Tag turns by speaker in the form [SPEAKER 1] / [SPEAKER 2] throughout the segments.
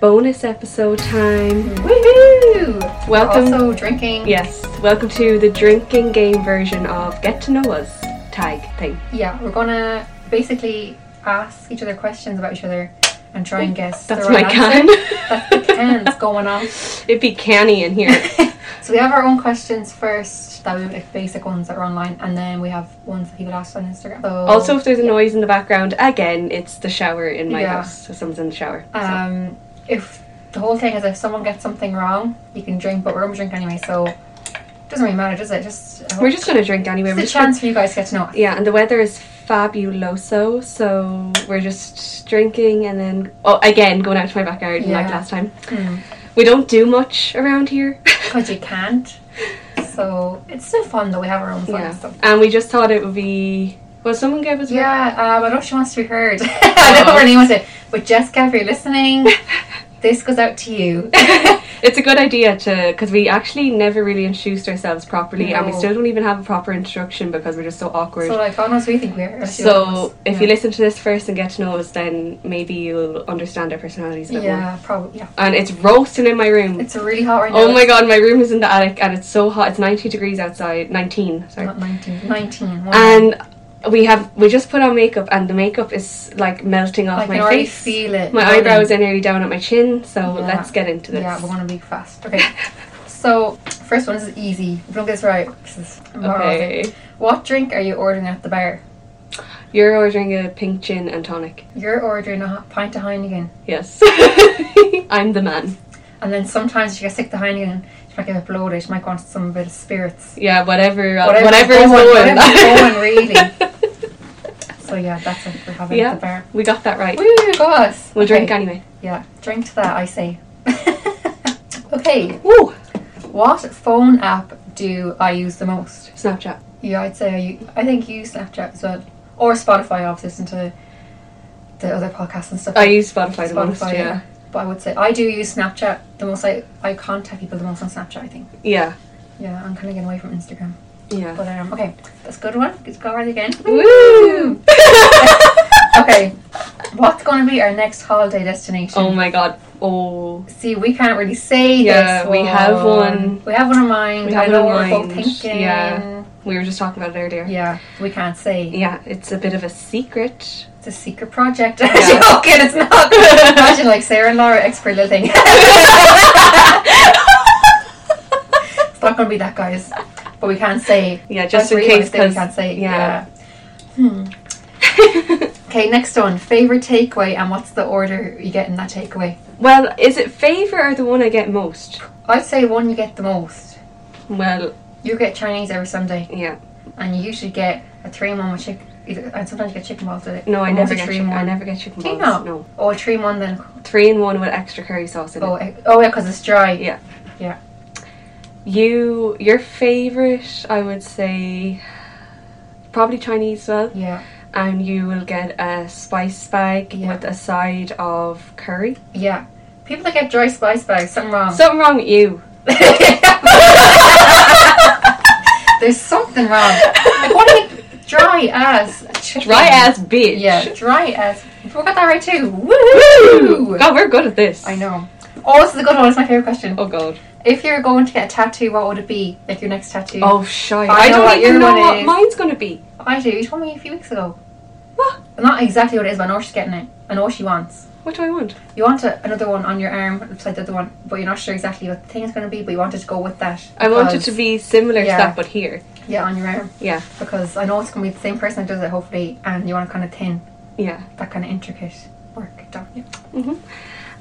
[SPEAKER 1] bonus episode time. Woohoo! Welcome.
[SPEAKER 2] We're also drinking.
[SPEAKER 1] yes, welcome to the drinking game version of Get to Know Us tag thing.
[SPEAKER 2] Yeah, we're gonna basically ask each other questions about each other and try and guess.
[SPEAKER 1] That's
[SPEAKER 2] the right
[SPEAKER 1] my
[SPEAKER 2] answer.
[SPEAKER 1] can.
[SPEAKER 2] That's the cans going off.
[SPEAKER 1] It'd be canny in here.
[SPEAKER 2] So we have our own questions first, that we would like basic ones that are online, and then we have ones that people asked on Instagram. So,
[SPEAKER 1] also, if there's a noise in the background, again, it's the shower in my
[SPEAKER 2] Yeah.
[SPEAKER 1] house. So someone's in the shower. so.
[SPEAKER 2] um, if the whole thing is if someone gets something wrong, you can drink, but we're gonna drink anyway, so it doesn't really matter, does it? Just I hope-
[SPEAKER 1] We're just gonna drink anyway. We're
[SPEAKER 2] it's a
[SPEAKER 1] just gonna-
[SPEAKER 2] chance for you guys to get to know us.
[SPEAKER 1] yeah, and the weather is fabuloso, so we're just drinking and then oh, again going out to my backyard like
[SPEAKER 2] Yeah. Hmm.
[SPEAKER 1] last time. We don't do much around here.
[SPEAKER 2] Because you can't. So it's still fun though, we have our own fun
[SPEAKER 1] Yeah.
[SPEAKER 2] stuff.
[SPEAKER 1] And we just thought it would be. Well, someone gave us.
[SPEAKER 2] Yeah, um, I know she wants to be heard. I don't really want to. But Jessica, if you're listening, this goes out to you.
[SPEAKER 1] It's a good idea to. Because we actually never really introduced ourselves properly and we
[SPEAKER 2] No.
[SPEAKER 1] still don't even have a proper introduction because we're just so awkward.
[SPEAKER 2] So,
[SPEAKER 1] So,
[SPEAKER 2] like, God knows who you think we are.
[SPEAKER 1] if you listen to this first and get to know us, then maybe you'll understand our personalities a bit more.
[SPEAKER 2] Yeah, probably. Yeah.
[SPEAKER 1] And it's roasting in my room.
[SPEAKER 2] It's really hot right now.
[SPEAKER 1] oh my god, my room is in the attic and it's so hot. It's 90 degrees outside. 19, sorry.
[SPEAKER 2] Not 19. 19. wow.
[SPEAKER 1] And. We have we just put on makeup and the makeup is like melting off
[SPEAKER 2] I can
[SPEAKER 1] my
[SPEAKER 2] already
[SPEAKER 1] face.
[SPEAKER 2] feel it.
[SPEAKER 1] My
[SPEAKER 2] burning.
[SPEAKER 1] eyebrows are nearly down at my chin, so
[SPEAKER 2] Yeah.
[SPEAKER 1] let's get into this.
[SPEAKER 2] Yeah, we're going to be fast. Okay. so, first one this is easy. If you don't get this right, this is embarrassing.
[SPEAKER 1] okay.
[SPEAKER 2] What drink are you ordering at the bar?
[SPEAKER 1] You're ordering a pink gin and tonic.
[SPEAKER 2] You're ordering a h- pint of Heineken.
[SPEAKER 1] Yes. I'm the man.
[SPEAKER 2] And then sometimes she gets sick to Heineken. She might get bloated. She might want some bit of spirits.
[SPEAKER 1] Yeah, whatever whatever,
[SPEAKER 2] Whatever
[SPEAKER 1] whatever
[SPEAKER 2] is
[SPEAKER 1] is
[SPEAKER 2] going,
[SPEAKER 1] going.
[SPEAKER 2] whatever's going, really. So yeah, that's it. We're having
[SPEAKER 1] Yeah.
[SPEAKER 2] the bar.
[SPEAKER 1] we got that right.
[SPEAKER 2] Woo, go us.
[SPEAKER 1] We'll drink
[SPEAKER 2] Okay.
[SPEAKER 1] anyway.
[SPEAKER 2] Yeah, drink to that. I say. okay,
[SPEAKER 1] Woo!
[SPEAKER 2] what phone app do I use the most?
[SPEAKER 1] Snapchat.
[SPEAKER 2] Yeah, I'd say I, u- I think you use Snapchat as well, or Spotify. Obviously, listen to the other podcasts and stuff.
[SPEAKER 1] I use Spotify the most,
[SPEAKER 2] Spotify,
[SPEAKER 1] yeah.
[SPEAKER 2] But I would say I do use Snapchat the most. I, I contact people the most on Snapchat. I think.
[SPEAKER 1] Yeah.
[SPEAKER 2] Yeah, I'm kind of getting away from Instagram.
[SPEAKER 1] Yeah.
[SPEAKER 2] But um, okay, that's a good one. Let's go right again.
[SPEAKER 1] Woo!
[SPEAKER 2] Okay, what's going to be our next holiday destination?
[SPEAKER 1] oh my god. Oh.
[SPEAKER 2] See, we can't really say
[SPEAKER 1] Yeah,
[SPEAKER 2] this.
[SPEAKER 1] we have one.
[SPEAKER 2] We have one in mind.
[SPEAKER 1] We have
[SPEAKER 2] I know
[SPEAKER 1] one
[SPEAKER 2] what
[SPEAKER 1] in
[SPEAKER 2] we're both
[SPEAKER 1] mind,
[SPEAKER 2] thinking.
[SPEAKER 1] yeah. We were just talking about it earlier.
[SPEAKER 2] Yeah, we can't say.
[SPEAKER 1] Yeah, it's a bit of a secret.
[SPEAKER 2] It's a secret project. Joking, it's not. Imagine like Sarah and Laura, expert little thing. it's not going to be that, guys. But we can't say.
[SPEAKER 1] Yeah, just in
[SPEAKER 2] That's really
[SPEAKER 1] case,
[SPEAKER 2] what I say
[SPEAKER 1] 'cause-
[SPEAKER 2] we can't say.
[SPEAKER 1] yeah.
[SPEAKER 2] Okay, next one. Favorite takeaway, and what's the order you get in that takeaway?
[SPEAKER 1] well, is it favour or the one I get most?
[SPEAKER 2] I'd say one you get the most.
[SPEAKER 1] Well,
[SPEAKER 2] You get Chinese every Sunday,
[SPEAKER 1] yeah.
[SPEAKER 2] and you usually get a three in one with chicken. And sometimes you get chicken balls with it.
[SPEAKER 1] No, I
[SPEAKER 2] Or
[SPEAKER 1] never
[SPEAKER 2] mostly
[SPEAKER 1] get
[SPEAKER 2] three
[SPEAKER 1] chicken.
[SPEAKER 2] in
[SPEAKER 1] I
[SPEAKER 2] one.
[SPEAKER 1] never get chicken
[SPEAKER 2] Do you
[SPEAKER 1] balls.
[SPEAKER 2] not?
[SPEAKER 1] No.
[SPEAKER 2] Oh, three in one then.
[SPEAKER 1] Three in one with extra curry sauce in it.
[SPEAKER 2] Oh, eh, oh yeah, because it's dry.
[SPEAKER 1] Yeah.
[SPEAKER 2] Yeah.
[SPEAKER 1] You, your favorite, I would say, probably Chinese as well,
[SPEAKER 2] Yeah.
[SPEAKER 1] and you will get a spice bag
[SPEAKER 2] Yeah.
[SPEAKER 1] with a side of curry.
[SPEAKER 2] Yeah. People that get dry spice bags, something wrong.
[SPEAKER 1] Something wrong with you.
[SPEAKER 2] There's something wrong. Like, what are you dry ass? chicken?
[SPEAKER 1] Dry ass bitch.
[SPEAKER 2] Yeah, dry ass. We got that right too. Woo!
[SPEAKER 1] God, we're good at this.
[SPEAKER 2] I know. Oh, this is a good one. It's my favorite question.
[SPEAKER 1] Oh god.
[SPEAKER 2] If you're going to get a tattoo, what would it be? Like your next tattoo?
[SPEAKER 1] Oh shy.
[SPEAKER 2] I
[SPEAKER 1] I,
[SPEAKER 2] know what
[SPEAKER 1] don't even
[SPEAKER 2] your
[SPEAKER 1] know
[SPEAKER 2] one
[SPEAKER 1] what
[SPEAKER 2] is.
[SPEAKER 1] mine's gonna be.
[SPEAKER 2] I do. You told me a few weeks ago.
[SPEAKER 1] What?
[SPEAKER 2] Not exactly what it is, but I know she's getting it. I know what she wants.
[SPEAKER 1] What do I want?
[SPEAKER 2] You want a, another one on your arm beside the other one, but you're not sure exactly what the thing is going to be, but you want it to go with that.
[SPEAKER 1] I want it
[SPEAKER 2] because-
[SPEAKER 1] to be similar
[SPEAKER 2] yeah.
[SPEAKER 1] to that, but here.
[SPEAKER 2] Yeah, on your arm.
[SPEAKER 1] Yeah.
[SPEAKER 2] Because I know it's going to be the same person that does it, hopefully, and you want it kind of thin,
[SPEAKER 1] Yeah.
[SPEAKER 2] that kind of intricate work, don't you?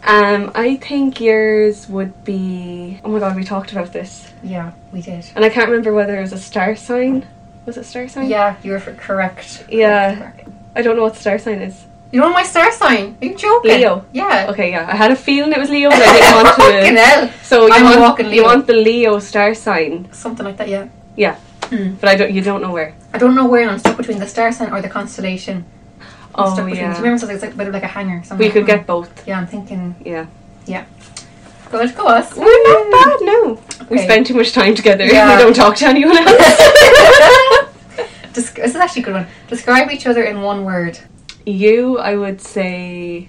[SPEAKER 1] Um, I think yours would be. Oh my god, we talked about this,
[SPEAKER 2] Yeah, we did.
[SPEAKER 1] and I can't remember whether it was a star sign. Was it star sign?
[SPEAKER 2] Yeah, you were f- correct.
[SPEAKER 1] Yeah.
[SPEAKER 2] Correct, correct.
[SPEAKER 1] I don't know what star sign is.
[SPEAKER 2] You don't know my star sign? Are you joking?
[SPEAKER 1] Leo.
[SPEAKER 2] Yeah.
[SPEAKER 1] Okay, yeah. I had a feeling it was Leo, but I didn't want to.
[SPEAKER 2] Fucking hell.
[SPEAKER 1] So you
[SPEAKER 2] I'm a
[SPEAKER 1] want
[SPEAKER 2] walking
[SPEAKER 1] you
[SPEAKER 2] Leo.
[SPEAKER 1] want the Leo star sign?
[SPEAKER 2] Something like that, yeah.
[SPEAKER 1] Yeah,
[SPEAKER 2] Hmm.
[SPEAKER 1] but I don't. You don't know where.
[SPEAKER 2] I don't know where and I'm stuck between the star sign or the constellation. I'm
[SPEAKER 1] Oh
[SPEAKER 2] stuck between
[SPEAKER 1] yeah.
[SPEAKER 2] Do you remember something? It's like a bit of like a hanger. Something
[SPEAKER 1] we
[SPEAKER 2] like
[SPEAKER 1] could
[SPEAKER 2] that.
[SPEAKER 1] get both.
[SPEAKER 2] Yeah, I'm thinking.
[SPEAKER 1] Yeah.
[SPEAKER 2] Yeah. Good, go us.
[SPEAKER 1] We're not bad, no. We
[SPEAKER 2] Okay.
[SPEAKER 1] spend too much time together.
[SPEAKER 2] Yeah.
[SPEAKER 1] We don't talk to anyone else.
[SPEAKER 2] Desc- this is actually a good one. Describe each other in one word.
[SPEAKER 1] you, I would say,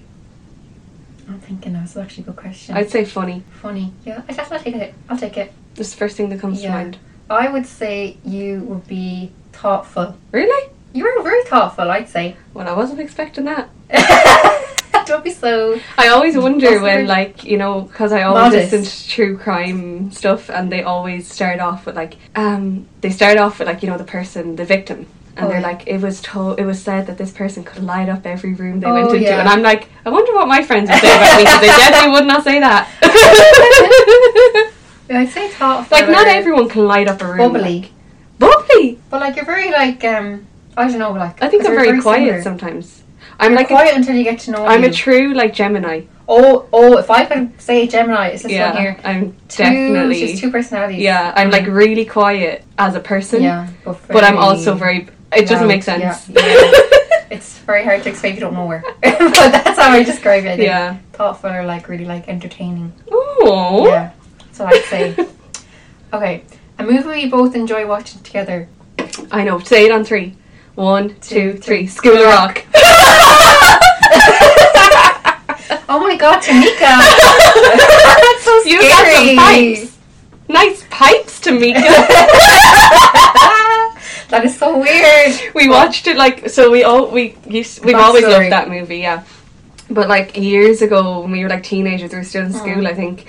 [SPEAKER 2] I'm thinking now. This is actually a good question.
[SPEAKER 1] I'd say funny.
[SPEAKER 2] Funny. Yeah, I definitely take it. I'll take it.
[SPEAKER 1] It's the first thing that comes
[SPEAKER 2] Yeah.
[SPEAKER 1] to mind.
[SPEAKER 2] I would say you would be thoughtful.
[SPEAKER 1] Really?
[SPEAKER 2] You were very thoughtful, I'd say.
[SPEAKER 1] Well, I wasn't expecting that.
[SPEAKER 2] Don't be so.
[SPEAKER 1] I always wonder
[SPEAKER 2] That's
[SPEAKER 1] when,
[SPEAKER 2] weird.
[SPEAKER 1] like, you know, because I always
[SPEAKER 2] Modest.
[SPEAKER 1] listen to true crime stuff, and they always start off with like, um, they start off with like, you know, the person, the victim, and
[SPEAKER 2] Oh,
[SPEAKER 1] they're
[SPEAKER 2] yeah.
[SPEAKER 1] like, it was told, it was said that this person could light up every room they
[SPEAKER 2] Oh,
[SPEAKER 1] went into,
[SPEAKER 2] yeah.
[SPEAKER 1] and I'm like, I wonder what my friends would say about me because they definitely would not say that.
[SPEAKER 2] I'd say thoughtful.
[SPEAKER 1] like, not
[SPEAKER 2] or
[SPEAKER 1] everyone can light up a room.
[SPEAKER 2] Bubbly.
[SPEAKER 1] Bubbly.
[SPEAKER 2] But like you're very like um I don't know like
[SPEAKER 1] I think I'm
[SPEAKER 2] you're
[SPEAKER 1] very, quiet
[SPEAKER 2] similar.
[SPEAKER 1] sometimes. I'm
[SPEAKER 2] You're
[SPEAKER 1] like, i
[SPEAKER 2] quiet until you get to know
[SPEAKER 1] I'm
[SPEAKER 2] you.
[SPEAKER 1] a true like Gemini.
[SPEAKER 2] oh oh if I could say Gemini it's this
[SPEAKER 1] Yeah,
[SPEAKER 2] one here
[SPEAKER 1] I'm
[SPEAKER 2] two
[SPEAKER 1] definitely.
[SPEAKER 2] she's two personalities
[SPEAKER 1] Yeah, I'm like really quiet as a person,
[SPEAKER 2] yeah but,
[SPEAKER 1] but I'm
[SPEAKER 2] very-
[SPEAKER 1] also very. It doesn't
[SPEAKER 2] loud.
[SPEAKER 1] make sense.
[SPEAKER 2] yeah, yeah. it's very hard to explain if you don't know her but that's how I describe it I think.
[SPEAKER 1] Yeah.
[SPEAKER 2] thoughtful or like really like entertaining
[SPEAKER 1] Oh,
[SPEAKER 2] yeah that's what I'd say okay a movie we both enjoy watching together
[SPEAKER 1] I know. Say it on three. One, two, three.
[SPEAKER 2] Two, three.
[SPEAKER 1] School of Rock.
[SPEAKER 2] oh my god Tamika
[SPEAKER 1] That's so You got some
[SPEAKER 2] scary.
[SPEAKER 1] pipes. Nice pipes, Tamika.
[SPEAKER 2] that is so weird
[SPEAKER 1] we watched it like so. We all we used, we've always
[SPEAKER 2] Backstory.
[SPEAKER 1] loved that movie. Yeah, but like years ago when we were like teenagers, we were
[SPEAKER 2] Mm.
[SPEAKER 1] still in school, I think,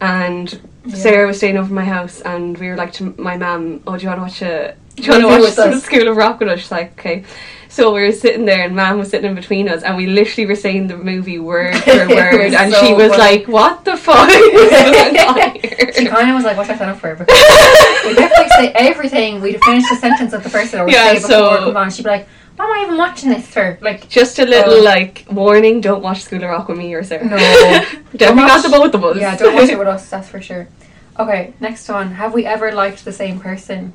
[SPEAKER 1] and. Sarah was staying over at my house, and we were like to my mum, "Oh, do you want to watch a do you want to
[SPEAKER 2] Movie
[SPEAKER 1] watch
[SPEAKER 2] with
[SPEAKER 1] the
[SPEAKER 2] us.
[SPEAKER 1] School of Rock with us?" She's like, "Okay." So we were sitting there, and Mum was sitting in between us, and we literally were saying the movie word for
[SPEAKER 2] It was
[SPEAKER 1] word, and
[SPEAKER 2] so
[SPEAKER 1] she was
[SPEAKER 2] funny.
[SPEAKER 1] like, "What the fuck?" is going on here?"
[SPEAKER 2] She kind of was like, "What I sign up for?" Because we'd have to like, say everything. We'd finish the sentence of the person, or we'd
[SPEAKER 1] Yeah,
[SPEAKER 2] say it before
[SPEAKER 1] so-
[SPEAKER 2] it come on. She'd be like, "Why am I even watching this for?" Like,
[SPEAKER 1] Just a little
[SPEAKER 2] Oh.
[SPEAKER 1] like warning: don't watch School of Rock with me or Sarah.
[SPEAKER 2] No. Don't
[SPEAKER 1] definitely not
[SPEAKER 2] watch-
[SPEAKER 1] the both of us.
[SPEAKER 2] yeah, don't watch it with us. That's for sure. Okay, next one. Have we ever liked the same person?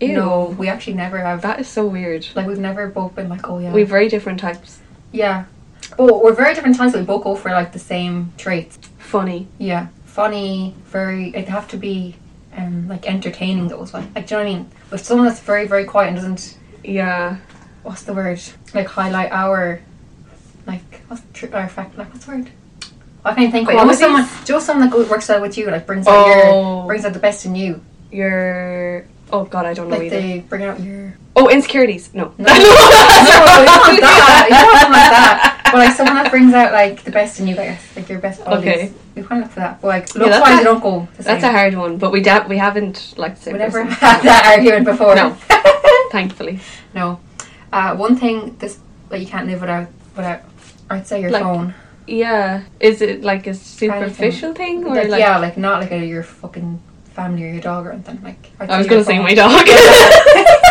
[SPEAKER 1] Ew.
[SPEAKER 2] No, we actually never have.
[SPEAKER 1] That is so weird.
[SPEAKER 2] like, we've never both been like, "Oh yeah,
[SPEAKER 1] We're very different types.
[SPEAKER 2] yeah." But we're very different types. But we both go for like the same traits.
[SPEAKER 1] Funny.
[SPEAKER 2] Yeah, funny, very. It'd have to be. Um, like entertaining those like, like do you know what I mean? With someone that's very very quiet and doesn't
[SPEAKER 1] Yeah.
[SPEAKER 2] what's the word? Like highlight our like what's tr- our fact like what's the word? I can't think. Wait, always someone,
[SPEAKER 1] Qualities?
[SPEAKER 2] just someone that go, works out with you, like brings out
[SPEAKER 1] Oh.
[SPEAKER 2] your, brings out the best in you,
[SPEAKER 1] Your oh god, I don't know
[SPEAKER 2] like
[SPEAKER 1] either.
[SPEAKER 2] they bring out your.
[SPEAKER 1] Oh, insecurities. No.
[SPEAKER 2] No, no, no, no, not that. You know, something like that. But like someone that brings out like the best in you, I guess, like your best qualities.
[SPEAKER 1] Okay.
[SPEAKER 2] We kind of look for that, but like
[SPEAKER 1] Yeah,
[SPEAKER 2] look
[SPEAKER 1] that's
[SPEAKER 2] why
[SPEAKER 1] a-
[SPEAKER 2] they don't go. The
[SPEAKER 1] That's a
[SPEAKER 2] same.
[SPEAKER 1] hard one, but we da- we haven't liked the same
[SPEAKER 2] We never
[SPEAKER 1] person.
[SPEAKER 2] had that argument before.
[SPEAKER 1] No. Thankfully,
[SPEAKER 2] no. Uh, one thing this that you can't live without without. I'd say your
[SPEAKER 1] Like,
[SPEAKER 2] phone.
[SPEAKER 1] yeah. Is it like a superficial thing or
[SPEAKER 2] Like,
[SPEAKER 1] like?
[SPEAKER 2] yeah, like not like a, your fucking family or your dog or anything. Like I'd
[SPEAKER 1] I was
[SPEAKER 2] your
[SPEAKER 1] gonna say
[SPEAKER 2] phone.
[SPEAKER 1] my dog.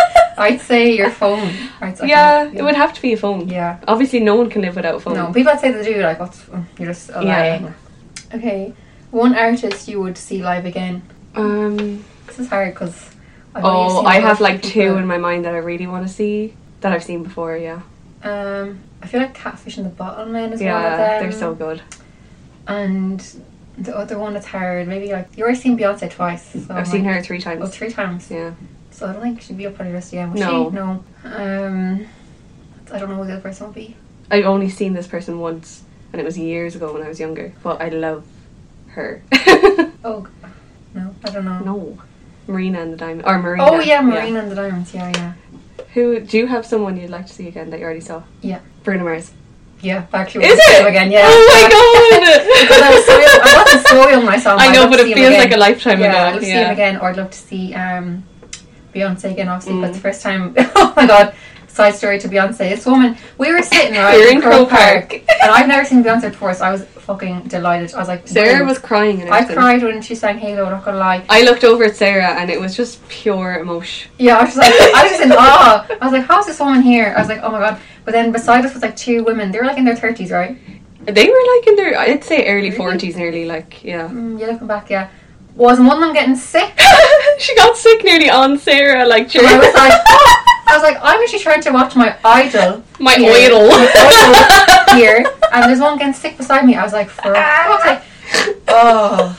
[SPEAKER 2] I'd say your phone. I'd say
[SPEAKER 1] yeah, it would have to be a phone.
[SPEAKER 2] Yeah.
[SPEAKER 1] Obviously, no one can live without a phone.
[SPEAKER 2] No, people I'd say they do. Like what's oh, you're just a
[SPEAKER 1] Yeah.
[SPEAKER 2] lying. Okay, one artist you would see live again.
[SPEAKER 1] Um.
[SPEAKER 2] This is hard because.
[SPEAKER 1] Oh, I have like two in my mind that I really want to see that I've seen before. Yeah,
[SPEAKER 2] Um, I feel like Catfish in the Bottleman is one
[SPEAKER 1] yeah,
[SPEAKER 2] of them.
[SPEAKER 1] they're so good.
[SPEAKER 2] And the other one that's hard, maybe like you already seen Beyonce twice. So
[SPEAKER 1] I've seen her three times.
[SPEAKER 2] well, three times.
[SPEAKER 1] Yeah,
[SPEAKER 2] So I don't think she'd be up on the rest again, would
[SPEAKER 1] No.
[SPEAKER 2] she? No. Um, I don't know who the other person would be.
[SPEAKER 1] I've only seen this person once, and it was years ago when I was younger. But I love her.
[SPEAKER 2] Oh, g- no, I don't know.
[SPEAKER 1] no, Marina and the Diamond, or Marina.
[SPEAKER 2] Oh yeah, Marina and the Diamonds. Yeah, yeah,
[SPEAKER 1] Who do you have someone you'd like to see again that you already saw?
[SPEAKER 2] yeah,
[SPEAKER 1] Bruno Mars.
[SPEAKER 2] yeah. Back to
[SPEAKER 1] Is it
[SPEAKER 2] again? Yeah.
[SPEAKER 1] Oh my god.
[SPEAKER 2] Because I was so young. I wasn't so young when I saw him.
[SPEAKER 1] I
[SPEAKER 2] I'd
[SPEAKER 1] know,
[SPEAKER 2] love
[SPEAKER 1] but
[SPEAKER 2] to
[SPEAKER 1] it
[SPEAKER 2] see him
[SPEAKER 1] feels
[SPEAKER 2] again.
[SPEAKER 1] like a lifetime
[SPEAKER 2] yeah, I'd
[SPEAKER 1] ago.
[SPEAKER 2] love to see
[SPEAKER 1] Yeah.
[SPEAKER 2] him again, or I'd love to see um, Beyonce again. Obviously, but the
[SPEAKER 1] Mm.
[SPEAKER 2] first time. Oh my god. Side story to Beyonce. This woman, we were sitting right
[SPEAKER 1] We're in Crow Park.
[SPEAKER 2] and I've never seen Beyonce before, so I was fucking delighted. I was like,
[SPEAKER 3] Sarah
[SPEAKER 2] "Whoa."
[SPEAKER 3] was crying and
[SPEAKER 2] I
[SPEAKER 3] everything.
[SPEAKER 2] cried when she sang Halo. Not gonna lie.
[SPEAKER 3] I looked over at Sarah and it was just pure emotion.
[SPEAKER 2] Yeah, I was just like, I was just in awe. I was like, how's this woman here? I was like, oh my god. But then beside us was like two women. They were like in their thirties, right?
[SPEAKER 3] They were like in their, I'd say early 40s, nearly like, yeah.
[SPEAKER 2] Mm, you're looking back, yeah. Was one of them getting sick?
[SPEAKER 3] she got sick nearly on Sarah, like during
[SPEAKER 2] I was like, I was like, I'm actually trying to watch my idol,
[SPEAKER 1] My
[SPEAKER 2] Yeah.
[SPEAKER 1] oil.
[SPEAKER 2] my idol here, and there's one getting sick beside me. I was like, for fuck's sake. oh.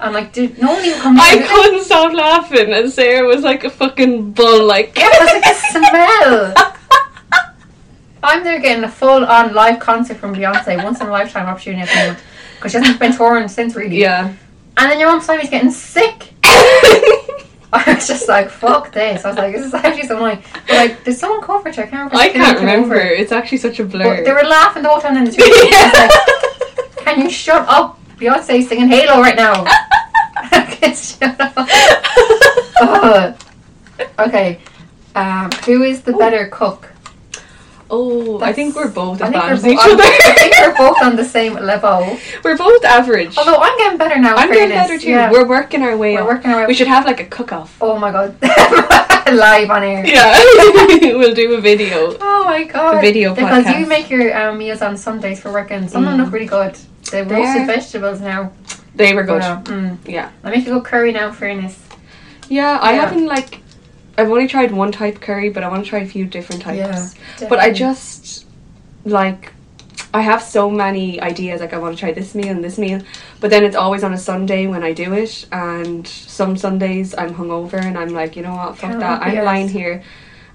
[SPEAKER 2] I'm like, dude, no one even comes.
[SPEAKER 1] I
[SPEAKER 2] in.
[SPEAKER 1] couldn't stop laughing, and Sarah was like a fucking bull. Like,
[SPEAKER 2] It was like a smell. I'm there getting a full on live concert from Beyonce, once in a lifetime opportunity at the moment. Because she hasn't been touring since really.
[SPEAKER 3] Yeah.
[SPEAKER 2] And then your mum saw me getting sick. I was just like, fuck this. I was like, this is actually so annoying. But like, did someone comfort her? I
[SPEAKER 1] I
[SPEAKER 2] can't remember. if someone
[SPEAKER 1] can't
[SPEAKER 2] came
[SPEAKER 1] remember.
[SPEAKER 2] over.
[SPEAKER 1] It's actually such a blur.
[SPEAKER 2] But they were laughing the whole time in the street. I was like, can you shut up? Beyonce's singing Halo right now. can shut up. Ugh. okay. Um, who is the better cook?
[SPEAKER 1] oh, I think we're both
[SPEAKER 2] I think, we're
[SPEAKER 1] advanced
[SPEAKER 2] both,
[SPEAKER 1] each
[SPEAKER 2] on, I
[SPEAKER 1] other.
[SPEAKER 2] think we're both on the same level.
[SPEAKER 1] we're both average.
[SPEAKER 2] Although I'm getting better now. in
[SPEAKER 1] I'm getting
[SPEAKER 2] fairness.
[SPEAKER 1] better too.
[SPEAKER 2] Yeah.
[SPEAKER 1] We're working our way
[SPEAKER 2] We're
[SPEAKER 1] up.
[SPEAKER 2] working our way
[SPEAKER 1] We
[SPEAKER 2] up.
[SPEAKER 1] should have like a cook off.
[SPEAKER 2] Oh my god. Live on air.
[SPEAKER 1] Yeah. we'll do a video.
[SPEAKER 2] Oh my god!
[SPEAKER 1] The video
[SPEAKER 2] because
[SPEAKER 1] podcast. Mm.
[SPEAKER 2] you make your um, meals on Sundays for work, and some of them look really good. The roasted
[SPEAKER 1] are.
[SPEAKER 2] vegetables now.
[SPEAKER 1] They were good.
[SPEAKER 2] Wow. Mm.
[SPEAKER 1] Yeah.
[SPEAKER 2] I make you go curry now. in Fairness.
[SPEAKER 1] Yeah, I
[SPEAKER 2] Yeah.
[SPEAKER 1] haven't like I've only tried one type curry, but I want to try a few different types.
[SPEAKER 2] Yeah,
[SPEAKER 1] But I
[SPEAKER 2] definitely.
[SPEAKER 1] just like I have so many ideas like I want to try this meal and this meal, but then it's always on a Sunday when I do it and some Sundays I'm hungover and I'm like, you know what, fuck
[SPEAKER 2] Can't
[SPEAKER 1] that.
[SPEAKER 2] be
[SPEAKER 1] I'm lying
[SPEAKER 2] arsed.
[SPEAKER 1] here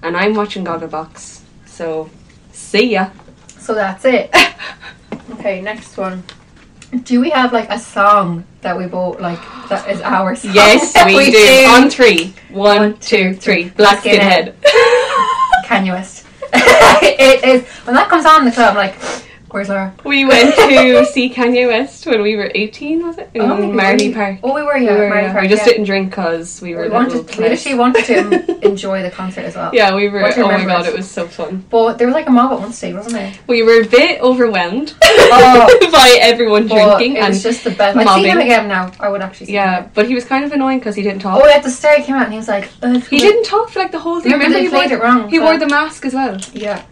[SPEAKER 1] and I'm watching God of Box. So see ya.
[SPEAKER 2] So that's it. okay, next one. Do we have like a song that we both like that is our song?
[SPEAKER 1] Yes, we, do. On three. One,
[SPEAKER 2] One,
[SPEAKER 1] two,
[SPEAKER 2] two,
[SPEAKER 1] three.
[SPEAKER 2] three.
[SPEAKER 1] Black
[SPEAKER 2] Skinhead.
[SPEAKER 1] skinhead.
[SPEAKER 2] Kanye West. it is when that comes on in the club. I'm like, where's Laura?
[SPEAKER 1] We went to see Kanye West when we were 18, was it? In
[SPEAKER 2] Oh, maybe
[SPEAKER 1] Marley
[SPEAKER 2] we-
[SPEAKER 1] Park.
[SPEAKER 2] Oh, we were
[SPEAKER 1] We
[SPEAKER 2] yeah,
[SPEAKER 1] were,
[SPEAKER 2] Marley
[SPEAKER 1] yeah.
[SPEAKER 2] Park.
[SPEAKER 1] We just
[SPEAKER 2] yeah.
[SPEAKER 1] didn't drink because we were
[SPEAKER 2] We
[SPEAKER 1] little
[SPEAKER 2] wanted, we literally wanted to enjoy the concert as well.
[SPEAKER 1] Yeah, we were.
[SPEAKER 2] What do you
[SPEAKER 1] Oh my
[SPEAKER 2] remember?
[SPEAKER 1] god, it was so fun.
[SPEAKER 2] But there was like a mob at one stage, wasn't there?
[SPEAKER 1] We were a bit overwhelmed
[SPEAKER 2] Oh.
[SPEAKER 1] by everyone
[SPEAKER 2] But
[SPEAKER 1] drinking
[SPEAKER 2] it
[SPEAKER 1] and
[SPEAKER 2] was just the best. I'd see
[SPEAKER 1] mobbing.
[SPEAKER 2] him again now. I would actually see him.
[SPEAKER 1] yeah.
[SPEAKER 2] again.
[SPEAKER 1] But he was kind of annoying because he didn't talk.
[SPEAKER 2] Oh, yeah, the stare came out and he was like, "Ugh,
[SPEAKER 1] He didn't talk for like the whole thing.
[SPEAKER 2] Remember they
[SPEAKER 1] he
[SPEAKER 2] played
[SPEAKER 1] wore-
[SPEAKER 2] it wrong,
[SPEAKER 1] He
[SPEAKER 2] so-
[SPEAKER 1] wore the mask as well.
[SPEAKER 2] Yeah.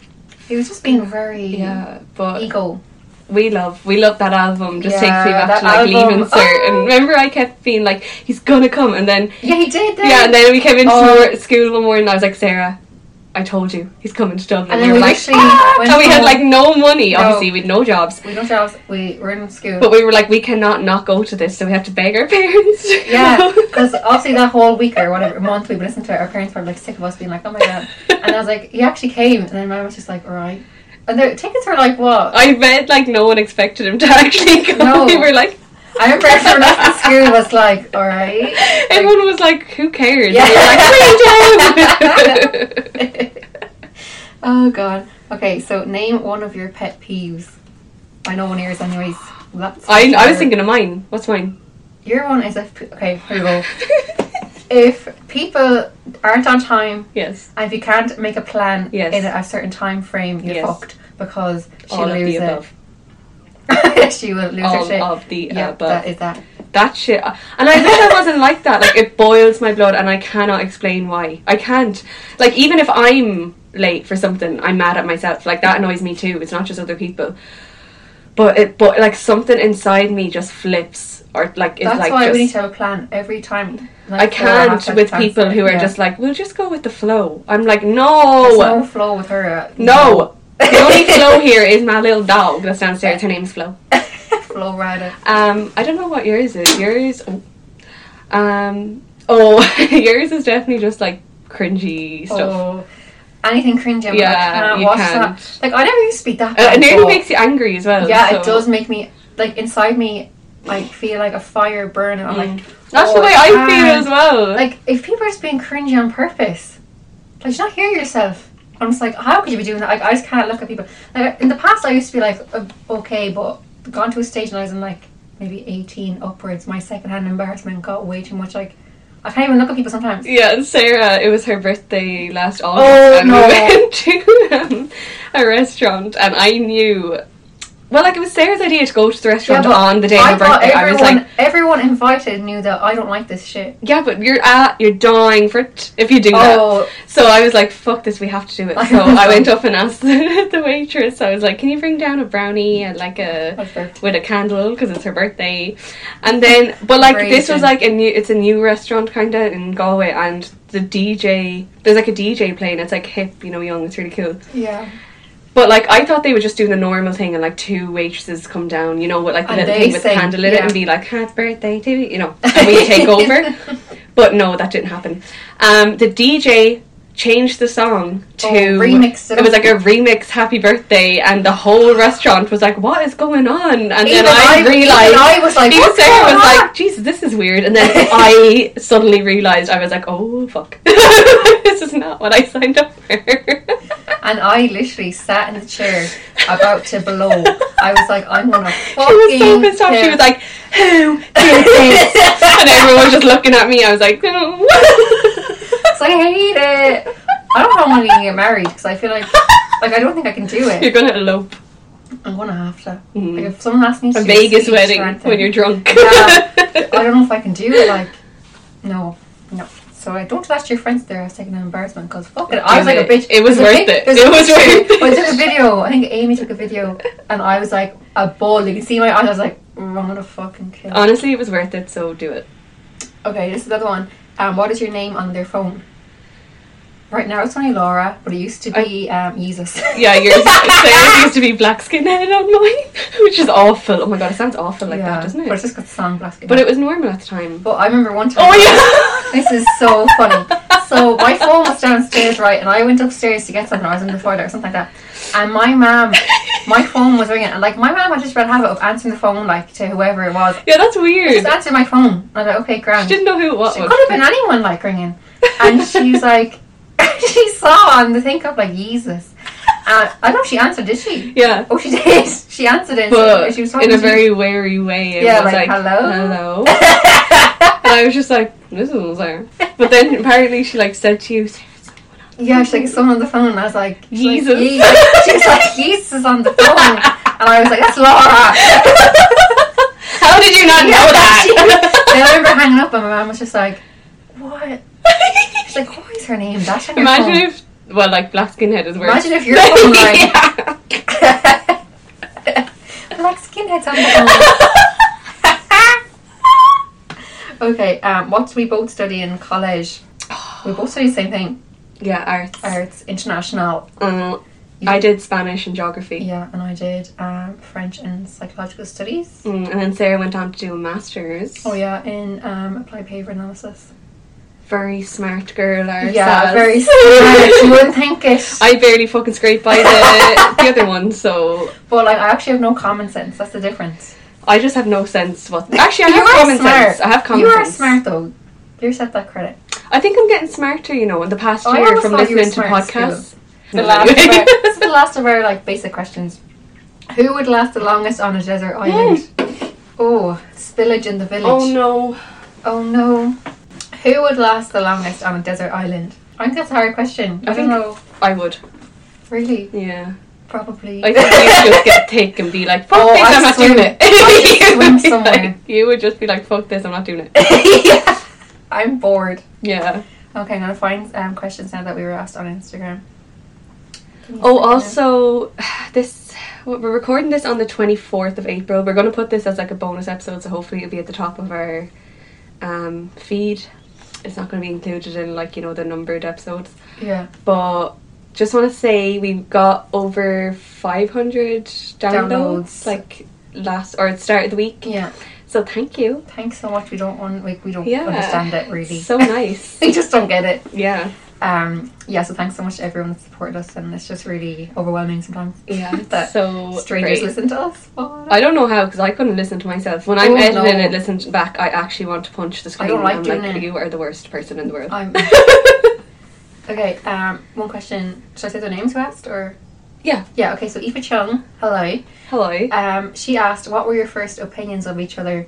[SPEAKER 2] He was just being very
[SPEAKER 1] Yeah, but
[SPEAKER 2] ego.
[SPEAKER 1] we love we love that album. Just
[SPEAKER 2] Yeah,
[SPEAKER 1] takes me back
[SPEAKER 2] that
[SPEAKER 1] to like
[SPEAKER 2] album.
[SPEAKER 1] leaving cert.
[SPEAKER 2] Oh.
[SPEAKER 1] And remember, I kept being like, he's gonna come, and then
[SPEAKER 2] Yeah, he did. Then.
[SPEAKER 1] Yeah, and then we came into
[SPEAKER 2] Oh.
[SPEAKER 1] more- school one morning and I was like, Sarah, I told you, he's coming to Dublin. And,
[SPEAKER 2] And then
[SPEAKER 1] we were
[SPEAKER 2] we
[SPEAKER 1] like,
[SPEAKER 2] literally
[SPEAKER 1] "Ah!"
[SPEAKER 2] went
[SPEAKER 1] and we had
[SPEAKER 2] home.
[SPEAKER 1] like no money,
[SPEAKER 2] No.
[SPEAKER 1] obviously, we had no jobs.
[SPEAKER 2] we don't jobs. We were in school.
[SPEAKER 1] But we were like, we cannot not go to this, so we have to beg our parents. to
[SPEAKER 2] yeah,
[SPEAKER 1] go.
[SPEAKER 2] because obviously that whole week or whatever month we listened to it, our parents were like sick of us being like, "Oh my god!" And I was like, "He actually came," and then my mum was just like, "Alright." And the tickets were like what?
[SPEAKER 1] I bet like no one expected him to actually go.
[SPEAKER 2] No.
[SPEAKER 1] We were like,
[SPEAKER 2] I remember everyone else in school was like, alright.
[SPEAKER 1] everyone was like, who cares?
[SPEAKER 2] Yeah.
[SPEAKER 1] We were like, "Free time!"
[SPEAKER 2] oh god. Okay, so name one of your pet peeves. I know one of yours, anyways. That's
[SPEAKER 1] I, I was thinking of mine. What's mine?
[SPEAKER 2] your one is if pe- okay. Here we go. If people aren't on time,
[SPEAKER 1] yes.
[SPEAKER 2] and if you can't make a plan
[SPEAKER 1] Yes.
[SPEAKER 2] in a certain time frame, you're
[SPEAKER 1] Yes.
[SPEAKER 2] fucked because she'll
[SPEAKER 1] All of the
[SPEAKER 2] lose
[SPEAKER 1] above.
[SPEAKER 2] it. she will lose her
[SPEAKER 1] All
[SPEAKER 2] shit.
[SPEAKER 1] of the
[SPEAKER 2] yeah,
[SPEAKER 1] above.
[SPEAKER 2] that is that.
[SPEAKER 1] that shit uh, and i wish i wasn't like that like it boils my blood and i cannot explain why i can't like even if i'm late for something i'm mad at myself like that annoys me too it's not just other people but it but like something inside me just flips or like it's
[SPEAKER 2] That's
[SPEAKER 1] like
[SPEAKER 2] why
[SPEAKER 1] just,
[SPEAKER 2] we need to have a plan every time. Like,
[SPEAKER 1] i
[SPEAKER 2] four and a half
[SPEAKER 1] can't with
[SPEAKER 2] seconds.
[SPEAKER 1] people who are
[SPEAKER 2] Yeah.
[SPEAKER 1] just like we'll just go with the flow i'm like
[SPEAKER 2] There's
[SPEAKER 1] no
[SPEAKER 2] no flow with her. uh,
[SPEAKER 1] no the only flow here is my little dog that's downstairs her name's flo
[SPEAKER 2] flow rider.
[SPEAKER 1] Um, I don't know what yours is. Yours, oh, um, oh, yours is definitely just like cringy stuff.
[SPEAKER 2] Oh, anything cringy. I'm
[SPEAKER 1] Yeah,
[SPEAKER 2] like, I cannot
[SPEAKER 1] you
[SPEAKER 2] watch
[SPEAKER 1] can't.
[SPEAKER 2] that. Like I never used to be that.
[SPEAKER 1] Uh,
[SPEAKER 2] bad,
[SPEAKER 1] it nearly
[SPEAKER 2] but-
[SPEAKER 1] makes you angry as well.
[SPEAKER 2] Oh. Yeah, it
[SPEAKER 1] so-
[SPEAKER 2] does make me like inside me. I feel like a fire burning. I'm like,
[SPEAKER 1] Mm. That's the
[SPEAKER 2] oh,
[SPEAKER 1] way I feel
[SPEAKER 2] man.
[SPEAKER 1] as well.
[SPEAKER 2] Like if people are just being cringy on purpose, like you not hear yourself. I'm just like, how could you be doing that? Like I just can't look at people. Like in the past, I used to be like, uh, okay, but gone to a stage and I was in like maybe 18 upwards. My secondhand embarrassment got way too much. Like I can't even look at people sometimes.
[SPEAKER 1] yeah, and Sarah, it was her birthday last August,
[SPEAKER 2] Oh,
[SPEAKER 1] and
[SPEAKER 2] no.
[SPEAKER 1] we went to um, a restaurant, and I knew Well, like it was Sarah's idea to go to the restaurant
[SPEAKER 2] but
[SPEAKER 1] on the day
[SPEAKER 2] I
[SPEAKER 1] of her
[SPEAKER 2] thought
[SPEAKER 1] birthday. I was
[SPEAKER 2] Everyone,
[SPEAKER 1] like,
[SPEAKER 2] everyone invited knew that I don't like this shit.
[SPEAKER 1] yeah, but you're at, you're dying for it if you do
[SPEAKER 2] Oh.
[SPEAKER 1] that. So I was like, fuck this, we have to do it. So I went up and asked the, the waitress. I was like, can you bring down a brownie and like a
[SPEAKER 2] That's fair.
[SPEAKER 1] with a candle because it's her birthday? And then, but like this was
[SPEAKER 2] Brazen.
[SPEAKER 1] like a new, it's a new restaurant kind of in Galway, and the DJ, there's like a DJ playing. It's like hip, you know, young. It's really cool.
[SPEAKER 2] Yeah.
[SPEAKER 1] But like I thought they would just do the normal thing and like two waitresses come down, you know, with like the
[SPEAKER 2] And
[SPEAKER 1] little
[SPEAKER 2] they
[SPEAKER 1] thing with the
[SPEAKER 2] sing,
[SPEAKER 1] candle in it
[SPEAKER 2] yeah.
[SPEAKER 1] and be like, Happy birthday to you you know, and we take over. But no, that didn't happen. Um the DJ changed the song to
[SPEAKER 2] Oh, remixed it
[SPEAKER 1] it was like
[SPEAKER 2] up.
[SPEAKER 1] a remix happy birthday and the whole restaurant was like, What is going on? And
[SPEAKER 2] Even
[SPEAKER 1] then I,
[SPEAKER 2] I- even
[SPEAKER 1] realised
[SPEAKER 2] I was like,
[SPEAKER 1] even
[SPEAKER 2] "What's
[SPEAKER 1] Sarah
[SPEAKER 2] going
[SPEAKER 1] was
[SPEAKER 2] on?"
[SPEAKER 1] like, Jesus, this is weird and then I suddenly realised I was like, Oh fuck. this is not what I signed up for.
[SPEAKER 2] And I literally sat in the chair about to blow. I was like, I'm gonna
[SPEAKER 1] She
[SPEAKER 2] fucking.
[SPEAKER 1] was so pissed off. She
[SPEAKER 2] kill-
[SPEAKER 1] was like, "Who did this?" and everyone was just looking at me. I was like, "No."
[SPEAKER 2] So I hate it. I don't know how I'm gonna get married because I feel like, like I don't think I can do
[SPEAKER 1] "You're
[SPEAKER 2] it.
[SPEAKER 1] gonna elope
[SPEAKER 2] I'm gonna have to. Like if someone asks me to
[SPEAKER 1] Mm-hmm. a
[SPEAKER 2] do
[SPEAKER 1] Vegas
[SPEAKER 2] speech or
[SPEAKER 1] wedding
[SPEAKER 2] anything,
[SPEAKER 1] when you're drunk."
[SPEAKER 2] Yeah. I don't know if I can do it. Like, no, no. So I don't ask your friends there. I was taking an embarrassment because fuck it. I was like a
[SPEAKER 1] it.
[SPEAKER 2] bitch.
[SPEAKER 1] It was
[SPEAKER 2] There's a
[SPEAKER 1] worth
[SPEAKER 2] pic-
[SPEAKER 1] it.
[SPEAKER 2] there's
[SPEAKER 1] It
[SPEAKER 2] a
[SPEAKER 1] was
[SPEAKER 2] picture.
[SPEAKER 1] worth it.
[SPEAKER 2] I took a video. I think Amy took a video, and I was like a bull. You can see my eyes. I was like, I'm gonna fucking kill.
[SPEAKER 1] Honestly, it was worth it. So do it.
[SPEAKER 2] Okay, this is the other one. Um, what is your name on their phone? Right now it's only Laura, but it used to be um, Jesus.
[SPEAKER 1] Yeah, yours. Sarah's used to be black skin headed on mine, which is awful. Oh my god, it sounds awful like that, doesn't
[SPEAKER 2] But it's
[SPEAKER 1] it?
[SPEAKER 2] just got the song Plastic.
[SPEAKER 1] But it was normal at the time.
[SPEAKER 2] But I remember one time.
[SPEAKER 1] Oh yeah.
[SPEAKER 2] This is so funny. So my phone was downstairs, right, and I went upstairs to get something. I was in the toilet or something like that, and my mom, my phone was ringing, and like my mom had just read habit of answering the phone like to whoever it was.
[SPEAKER 1] Yeah, that's
[SPEAKER 2] Just
[SPEAKER 1] weird.
[SPEAKER 2] answered my phone. And I was like, okay, grand.
[SPEAKER 1] I didn't know who it was.
[SPEAKER 2] It could have been anyone like ringing. And she's like, she saw on the think of like Jesus. And I don't know if she answered, did she?
[SPEAKER 1] Yeah.
[SPEAKER 2] Oh, she did. She answered it.
[SPEAKER 1] but
[SPEAKER 2] she was talking
[SPEAKER 1] in a
[SPEAKER 2] to me.
[SPEAKER 1] very wary way. It
[SPEAKER 2] Yeah,
[SPEAKER 1] was like,
[SPEAKER 2] like,
[SPEAKER 1] hello.
[SPEAKER 2] "Hello?"
[SPEAKER 1] and I was just like, this is there. But then apparently she like said to you,
[SPEAKER 2] Yeah, she's like, someone on the phone. And I was like, she's like,
[SPEAKER 1] Jesus.
[SPEAKER 2] "Ye-" she was like, Jesus on the phone. And I was like, that's Laura.
[SPEAKER 1] how did you not know that?
[SPEAKER 2] And I remember hanging up, and my mom was just like, what? She's like, what is her name? That's on your phone.
[SPEAKER 1] Imagine if, well, like black skinhead is worse.
[SPEAKER 2] Imagine if your phone rang.
[SPEAKER 1] Yeah.
[SPEAKER 2] Black skinheads on the phone. okay, um, what do we both study in college? We both study the same thing.
[SPEAKER 1] Yeah, arts.
[SPEAKER 2] Arts, international.
[SPEAKER 1] Um, I did Spanish and geography.
[SPEAKER 2] Yeah, and I did um, French and psychological studies.
[SPEAKER 1] Mm, and then Sarah went on to do a master's.
[SPEAKER 2] Oh yeah, in um, applied behavior analysis.
[SPEAKER 1] Very smart girl ourselves.
[SPEAKER 2] Yeah, very smart. you wouldn't think it,
[SPEAKER 1] I barely fucking scraped by the, the other one, so
[SPEAKER 2] but like I actually have no common sense. That's the difference.
[SPEAKER 1] I just have no sense what. Actually, I
[SPEAKER 2] You
[SPEAKER 1] have
[SPEAKER 2] are
[SPEAKER 1] common
[SPEAKER 2] smart.
[SPEAKER 1] sense. I have common
[SPEAKER 2] you
[SPEAKER 1] sense.
[SPEAKER 2] are smart though. You're set that credit.
[SPEAKER 1] I think I'm getting smarter, you know, in the past
[SPEAKER 2] Oh, I
[SPEAKER 1] year
[SPEAKER 2] always
[SPEAKER 1] from
[SPEAKER 2] thought you
[SPEAKER 1] listening to
[SPEAKER 2] were smart in
[SPEAKER 1] podcasts.
[SPEAKER 2] The last of our, this is the last of our like basic questions. Who would last the longest on a desert island? Oh, spillage in the village.
[SPEAKER 1] Hmm. oh no.
[SPEAKER 2] Oh, no. Who would last the longest on a desert island? I think that's a hard question. I,
[SPEAKER 1] think-
[SPEAKER 2] don't know.
[SPEAKER 1] I would.
[SPEAKER 2] Really?
[SPEAKER 1] Yeah.
[SPEAKER 2] Probably.
[SPEAKER 1] I think you'd just get thick and be like, fuck
[SPEAKER 2] Oh,
[SPEAKER 1] this,
[SPEAKER 2] I'd
[SPEAKER 1] I'm not
[SPEAKER 2] swim.
[SPEAKER 1] doing it.
[SPEAKER 2] I'd
[SPEAKER 1] You
[SPEAKER 2] swim
[SPEAKER 1] would be
[SPEAKER 2] somewhere.
[SPEAKER 1] like- you would just be like, fuck this, I'm not doing it.
[SPEAKER 2] I'm bored.
[SPEAKER 1] Yeah.
[SPEAKER 2] Okay, I'm gonna find um, questions now that we were asked on Instagram.
[SPEAKER 1] Oh, also, this we're recording this on the 24th of April. We're going to put this as like a bonus episode, so hopefully it'll be at the top of our um, feed. It's not going to be included in like, you know, the numbered episodes.
[SPEAKER 2] Yeah.
[SPEAKER 1] but just want to say we got over 500 downloads,
[SPEAKER 2] Downloads.
[SPEAKER 1] like last or at the start of the week
[SPEAKER 2] Yeah.
[SPEAKER 1] so thank you
[SPEAKER 2] Thanks so much. We don't want like we don't
[SPEAKER 1] Yeah.
[SPEAKER 2] understand it really.
[SPEAKER 1] so nice
[SPEAKER 2] we just don't get it.
[SPEAKER 1] yeah
[SPEAKER 2] Um, yeah, so thanks so much to everyone that supported us, and it's just really overwhelming sometimes.
[SPEAKER 1] yeah
[SPEAKER 2] that
[SPEAKER 1] it's so
[SPEAKER 2] strangers
[SPEAKER 1] great.
[SPEAKER 2] listen to us. What?
[SPEAKER 1] I don't know how because I couldn't listen to myself when I'm
[SPEAKER 2] Oh,
[SPEAKER 1] editing
[SPEAKER 2] no.
[SPEAKER 1] and it listened back I actually want to punch the screen
[SPEAKER 2] don't like
[SPEAKER 1] I'm
[SPEAKER 2] doing
[SPEAKER 1] like
[SPEAKER 2] it. Uh,
[SPEAKER 1] you are the worst person in the world
[SPEAKER 2] I'm- okay. Um, one question. Should I say the names who asked or?
[SPEAKER 1] Yeah.
[SPEAKER 2] Yeah. Okay. So Aoife Chung, hello.
[SPEAKER 1] hello
[SPEAKER 2] Um, she asked, "What were your first opinions of each other?"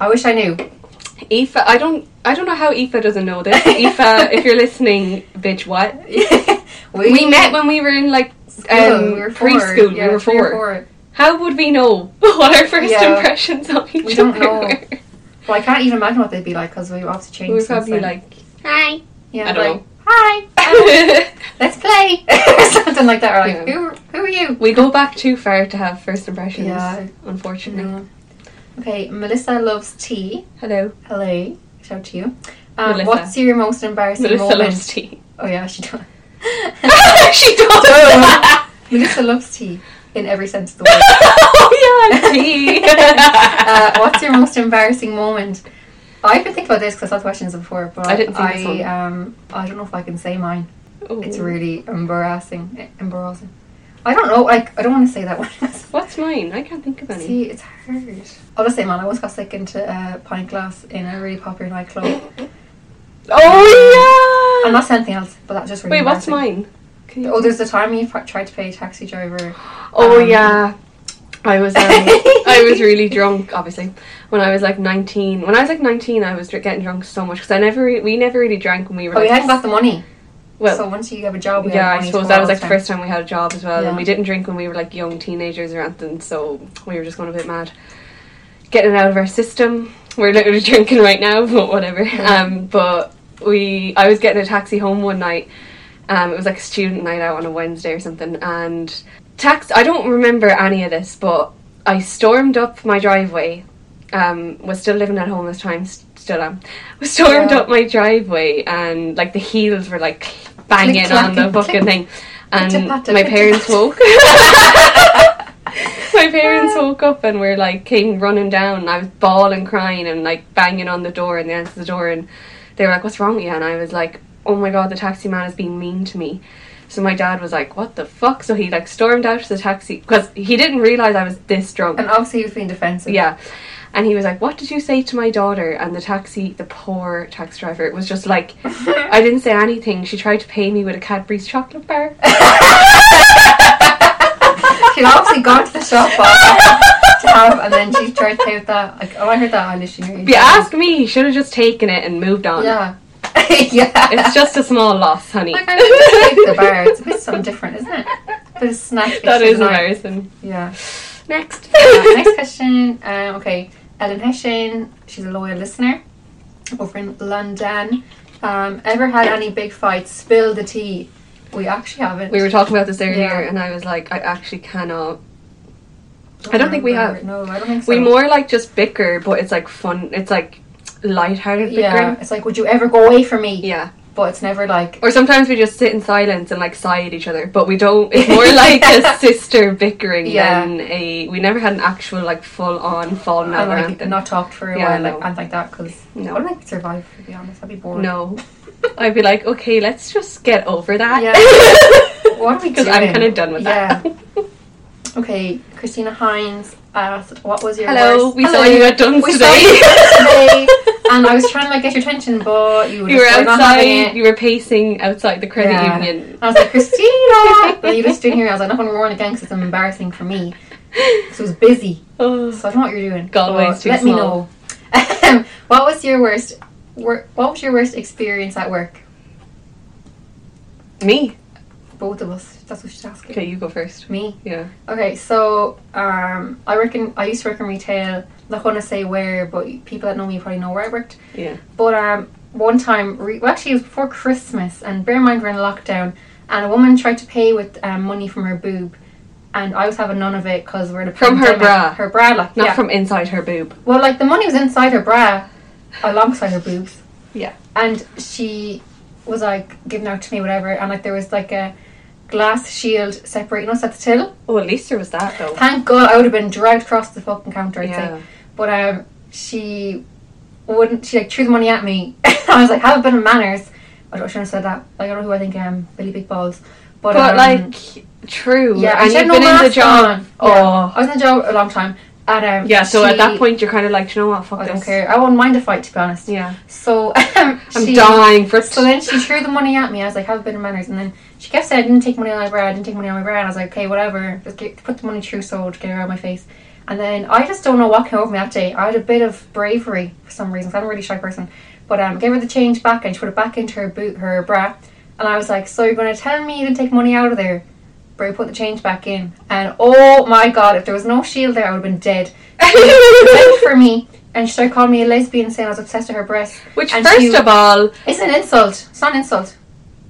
[SPEAKER 2] I wish I knew.
[SPEAKER 1] Aoife I don't I don't know how Aoife doesn't know this Aoife if you're listening bitch what
[SPEAKER 2] we,
[SPEAKER 1] we met when we were in like
[SPEAKER 2] Oh,
[SPEAKER 1] um,
[SPEAKER 2] we were four.
[SPEAKER 1] preschool
[SPEAKER 2] Yeah,
[SPEAKER 1] we were
[SPEAKER 2] three or
[SPEAKER 1] four How would we know what our first
[SPEAKER 2] Yeah.
[SPEAKER 1] impressions of each
[SPEAKER 2] We don't
[SPEAKER 1] other
[SPEAKER 2] know.
[SPEAKER 1] were?
[SPEAKER 2] Well, I can't even imagine what they'd be like because we've obviously changed.
[SPEAKER 1] We were
[SPEAKER 2] since
[SPEAKER 1] probably
[SPEAKER 2] then.
[SPEAKER 1] like,
[SPEAKER 2] yeah,
[SPEAKER 1] I don't
[SPEAKER 2] like, Hi, um, let's play or something like that. Or like,
[SPEAKER 1] Yeah.
[SPEAKER 2] who, who are you?
[SPEAKER 1] we go back too far to have first impressions,
[SPEAKER 2] Yeah.
[SPEAKER 1] unfortunately.
[SPEAKER 2] No. Okay, Melissa loves tea.
[SPEAKER 1] Hello,
[SPEAKER 2] Hello, shout out to you. Um,
[SPEAKER 1] Melissa.
[SPEAKER 2] what's your most embarrassing
[SPEAKER 1] Melissa
[SPEAKER 2] moment?
[SPEAKER 1] loves tea.
[SPEAKER 2] Oh yeah, she does.
[SPEAKER 1] she does.
[SPEAKER 2] Melissa loves tea in every sense of the word.
[SPEAKER 1] oh yeah, tea.
[SPEAKER 2] Uh, what's your most embarrassing moment? I've been thinking about this because I've had questions before, but
[SPEAKER 1] I didn't see this one.
[SPEAKER 2] um, I don't know if I can say mine.
[SPEAKER 1] Ooh.
[SPEAKER 2] It's really embarrassing. eh, Embarrassing. I don't know. Like I don't want to say that one.
[SPEAKER 1] What's mine? I can't think of any.
[SPEAKER 2] See, it's hard. I'll just say, man, I once got sick into a pint glass in a really popular nightclub.
[SPEAKER 1] Oh yeah.
[SPEAKER 2] I'm not saying anything else, but that just really
[SPEAKER 1] Wait, what's
[SPEAKER 2] embarrassing.
[SPEAKER 1] mine? Can you-
[SPEAKER 2] Oh, there's the time you f- tried to pay a taxi driver.
[SPEAKER 1] Oh
[SPEAKER 2] Um,
[SPEAKER 1] yeah, I was um, I was really drunk. Obviously, when I was like nineteen, when I was like nineteen, I was dr- getting drunk so much because I never re- we never really drank when we were.
[SPEAKER 2] But Oh, we
[SPEAKER 1] like,
[SPEAKER 2] hadn't got the money.
[SPEAKER 1] well,
[SPEAKER 2] so once you have a job, we
[SPEAKER 1] yeah,
[SPEAKER 2] have
[SPEAKER 1] I
[SPEAKER 2] money to
[SPEAKER 1] suppose
[SPEAKER 2] go
[SPEAKER 1] that
[SPEAKER 2] out
[SPEAKER 1] was
[SPEAKER 2] all
[SPEAKER 1] like the first time we had a job as well,
[SPEAKER 2] Yeah.
[SPEAKER 1] and we didn't drink when we were like young teenagers or anything, so we were just going a bit mad, getting it out of our system. We're literally drinking right now, but whatever. Um, but we, I was getting a taxi home one night. Um, it was like a student night out on a Wednesday or something, and tax. I don't remember any of this, but I stormed up my driveway. Um, was still living at home this time, s- still am. Was stormed
[SPEAKER 2] Yeah.
[SPEAKER 1] up my driveway, and like the heels were like banging
[SPEAKER 2] Click,
[SPEAKER 1] on the
[SPEAKER 2] clack,
[SPEAKER 1] fucking thing. And
[SPEAKER 2] Pitter-patter,
[SPEAKER 1] my
[SPEAKER 2] pitter-patter.
[SPEAKER 1] parents woke. my parents woke up and were like came running down. And I was bawling, crying, and like banging on the door. And they answered the door, and they were like, "What's wrong with you?" And I was like, "Oh my god, the taxi man has been mean to me." So my dad was like, "What the fuck?" So he like stormed out to the taxi because he didn't realize I was this drunk.
[SPEAKER 2] And obviously, he was being defensive.
[SPEAKER 1] Yeah. And he was like, What did you say to my daughter? And the taxi, the poor taxi driver, was just like, I didn't say anything. She tried to pay me with a Cadbury's chocolate bar.
[SPEAKER 2] She'd obviously gone to the shop uh, to have, and then she tried to pay with that. Like, oh, I heard that on the
[SPEAKER 1] If you ask me, he should have just taken it and moved on.
[SPEAKER 2] Yeah. yeah.
[SPEAKER 1] It's just a small loss, honey.
[SPEAKER 2] like I really like the bar. It's a bit something different, isn't it? But it's snack.
[SPEAKER 1] that
[SPEAKER 2] it's
[SPEAKER 1] is
[SPEAKER 2] like-
[SPEAKER 1] embarrassing.
[SPEAKER 2] Yeah.
[SPEAKER 1] Next.
[SPEAKER 2] Uh, next question. Um, okay, Ellen Hessian. She's a loyal listener over in London. Um, ever had any big fights? Spill the tea. We actually haven't.
[SPEAKER 1] we were talking about this earlier,
[SPEAKER 2] Yeah.
[SPEAKER 1] and I was like, I actually cannot. I don't think we
[SPEAKER 2] remember.
[SPEAKER 1] have.
[SPEAKER 2] No, I don't think so.
[SPEAKER 1] We more like just bicker, but it's like fun. It's like lighthearted bickering.
[SPEAKER 2] Yeah, it's like, would you ever go away from me?
[SPEAKER 1] yeah.
[SPEAKER 2] But it's never like.
[SPEAKER 1] Or sometimes we just sit in silence and like sigh at each other, but we don't. It's more like a sister bickering
[SPEAKER 2] Yeah.
[SPEAKER 1] than a. We never had an actual like full on falling out
[SPEAKER 2] And
[SPEAKER 1] or
[SPEAKER 2] Oh, like
[SPEAKER 1] anything.
[SPEAKER 2] not talked for a
[SPEAKER 1] Oh, Yeah,
[SPEAKER 2] while,
[SPEAKER 1] no.
[SPEAKER 2] like and like that, because
[SPEAKER 1] No.
[SPEAKER 2] I don't think I'd survive. To be honest, I'd be bored.
[SPEAKER 1] No, I'd be like, okay, let's just get over that.
[SPEAKER 2] Yeah. What are we doing?
[SPEAKER 1] Because I'm kind of done with
[SPEAKER 2] yeah.
[SPEAKER 1] that.
[SPEAKER 2] Okay, Christina Hines asked, "What was your
[SPEAKER 1] Hello,
[SPEAKER 2] worst?"
[SPEAKER 1] we saw you at Dunn's
[SPEAKER 2] We saw
[SPEAKER 1] today.
[SPEAKER 2] you today, and I was trying to like get your attention, but you,
[SPEAKER 1] you were
[SPEAKER 2] just not having
[SPEAKER 1] outside.
[SPEAKER 2] it.
[SPEAKER 1] You were pacing outside the credit
[SPEAKER 2] Yeah.
[SPEAKER 1] union.
[SPEAKER 2] I was like, Christina, well, you just didn't hear. me. I was like, I'm not going to warn again because it's embarrassing for me. Because it was busy,
[SPEAKER 1] Oh,
[SPEAKER 2] so I don't know what you're doing.
[SPEAKER 1] Galway's
[SPEAKER 2] but
[SPEAKER 1] too
[SPEAKER 2] Let me
[SPEAKER 1] small.
[SPEAKER 2] know. what was your worst? Wor- what was your worst experience at work?
[SPEAKER 1] me.
[SPEAKER 2] Both of us. That's what she's asking.
[SPEAKER 1] Okay, you go first.
[SPEAKER 2] Me.
[SPEAKER 1] Yeah.
[SPEAKER 2] Okay, so um, I work in. I used to work in retail. Not going to say where, but people that know me probably know where I worked.
[SPEAKER 1] Yeah.
[SPEAKER 2] But um, one time, re- well, actually, it was before Christmas, and bear in mind we're in lockdown, and a woman tried to pay with um, money from her boob, and I was having none of it because we're in a
[SPEAKER 1] From her
[SPEAKER 2] pandemic.
[SPEAKER 1] bra.
[SPEAKER 2] her bra, like
[SPEAKER 1] Not
[SPEAKER 2] yeah.
[SPEAKER 1] from inside her boob.
[SPEAKER 2] Well, like the money was inside her bra, alongside her boobs,
[SPEAKER 1] Yeah.
[SPEAKER 2] and she was like giving out to me whatever, and like there was like a glass shield separating us at the till.
[SPEAKER 1] Oh, at least there was that though.
[SPEAKER 2] Thank God I would have been dragged across the fucking counter, I'd
[SPEAKER 1] Yeah.
[SPEAKER 2] say. But um, she wouldn't. She like threw the money at me. I was like, have a bit of manners. I don't shouldn't have said that. Like, I don't know who I think I am. Billy Big Balls. But,
[SPEAKER 1] But
[SPEAKER 2] um,
[SPEAKER 1] like, true.
[SPEAKER 2] yeah,
[SPEAKER 1] and
[SPEAKER 2] she had
[SPEAKER 1] you've
[SPEAKER 2] no
[SPEAKER 1] been in the
[SPEAKER 2] mask
[SPEAKER 1] job.
[SPEAKER 2] on.
[SPEAKER 1] Oh.
[SPEAKER 2] Yeah, I was in the job a long time. And um,
[SPEAKER 1] Yeah, so at
[SPEAKER 2] she-
[SPEAKER 1] that point you're kind of like, you know what, fuck
[SPEAKER 2] I
[SPEAKER 1] this.
[SPEAKER 2] don't care. I wouldn't mind a fight to be honest.
[SPEAKER 1] Yeah,
[SPEAKER 2] So um,
[SPEAKER 1] I'm
[SPEAKER 2] she,
[SPEAKER 1] dying for.
[SPEAKER 2] So then she threw the money at me. I was like, have a bit of manners. And then she kept saying, I didn't take money on my bread, I didn't take money on my bread. And I was like, okay, whatever. Just get, put the money through so to get it out of my face. And then I just don't know what came over me that day. I had a bit of bravery for some reason. 'cause I'm a really shy person. But um, gave her the change back and she put it back into her boot, her bra. And I was like, so you're going to tell me you didn't take money out of there? where we put the change back in, and oh my god, if there was no shield there, I would have been dead. Went for me, and she started calling me a lesbian, saying I was obsessed with her breasts.
[SPEAKER 1] Which,
[SPEAKER 2] and
[SPEAKER 1] first
[SPEAKER 2] she-
[SPEAKER 1] of all,
[SPEAKER 2] it's an insult. It's not an insult.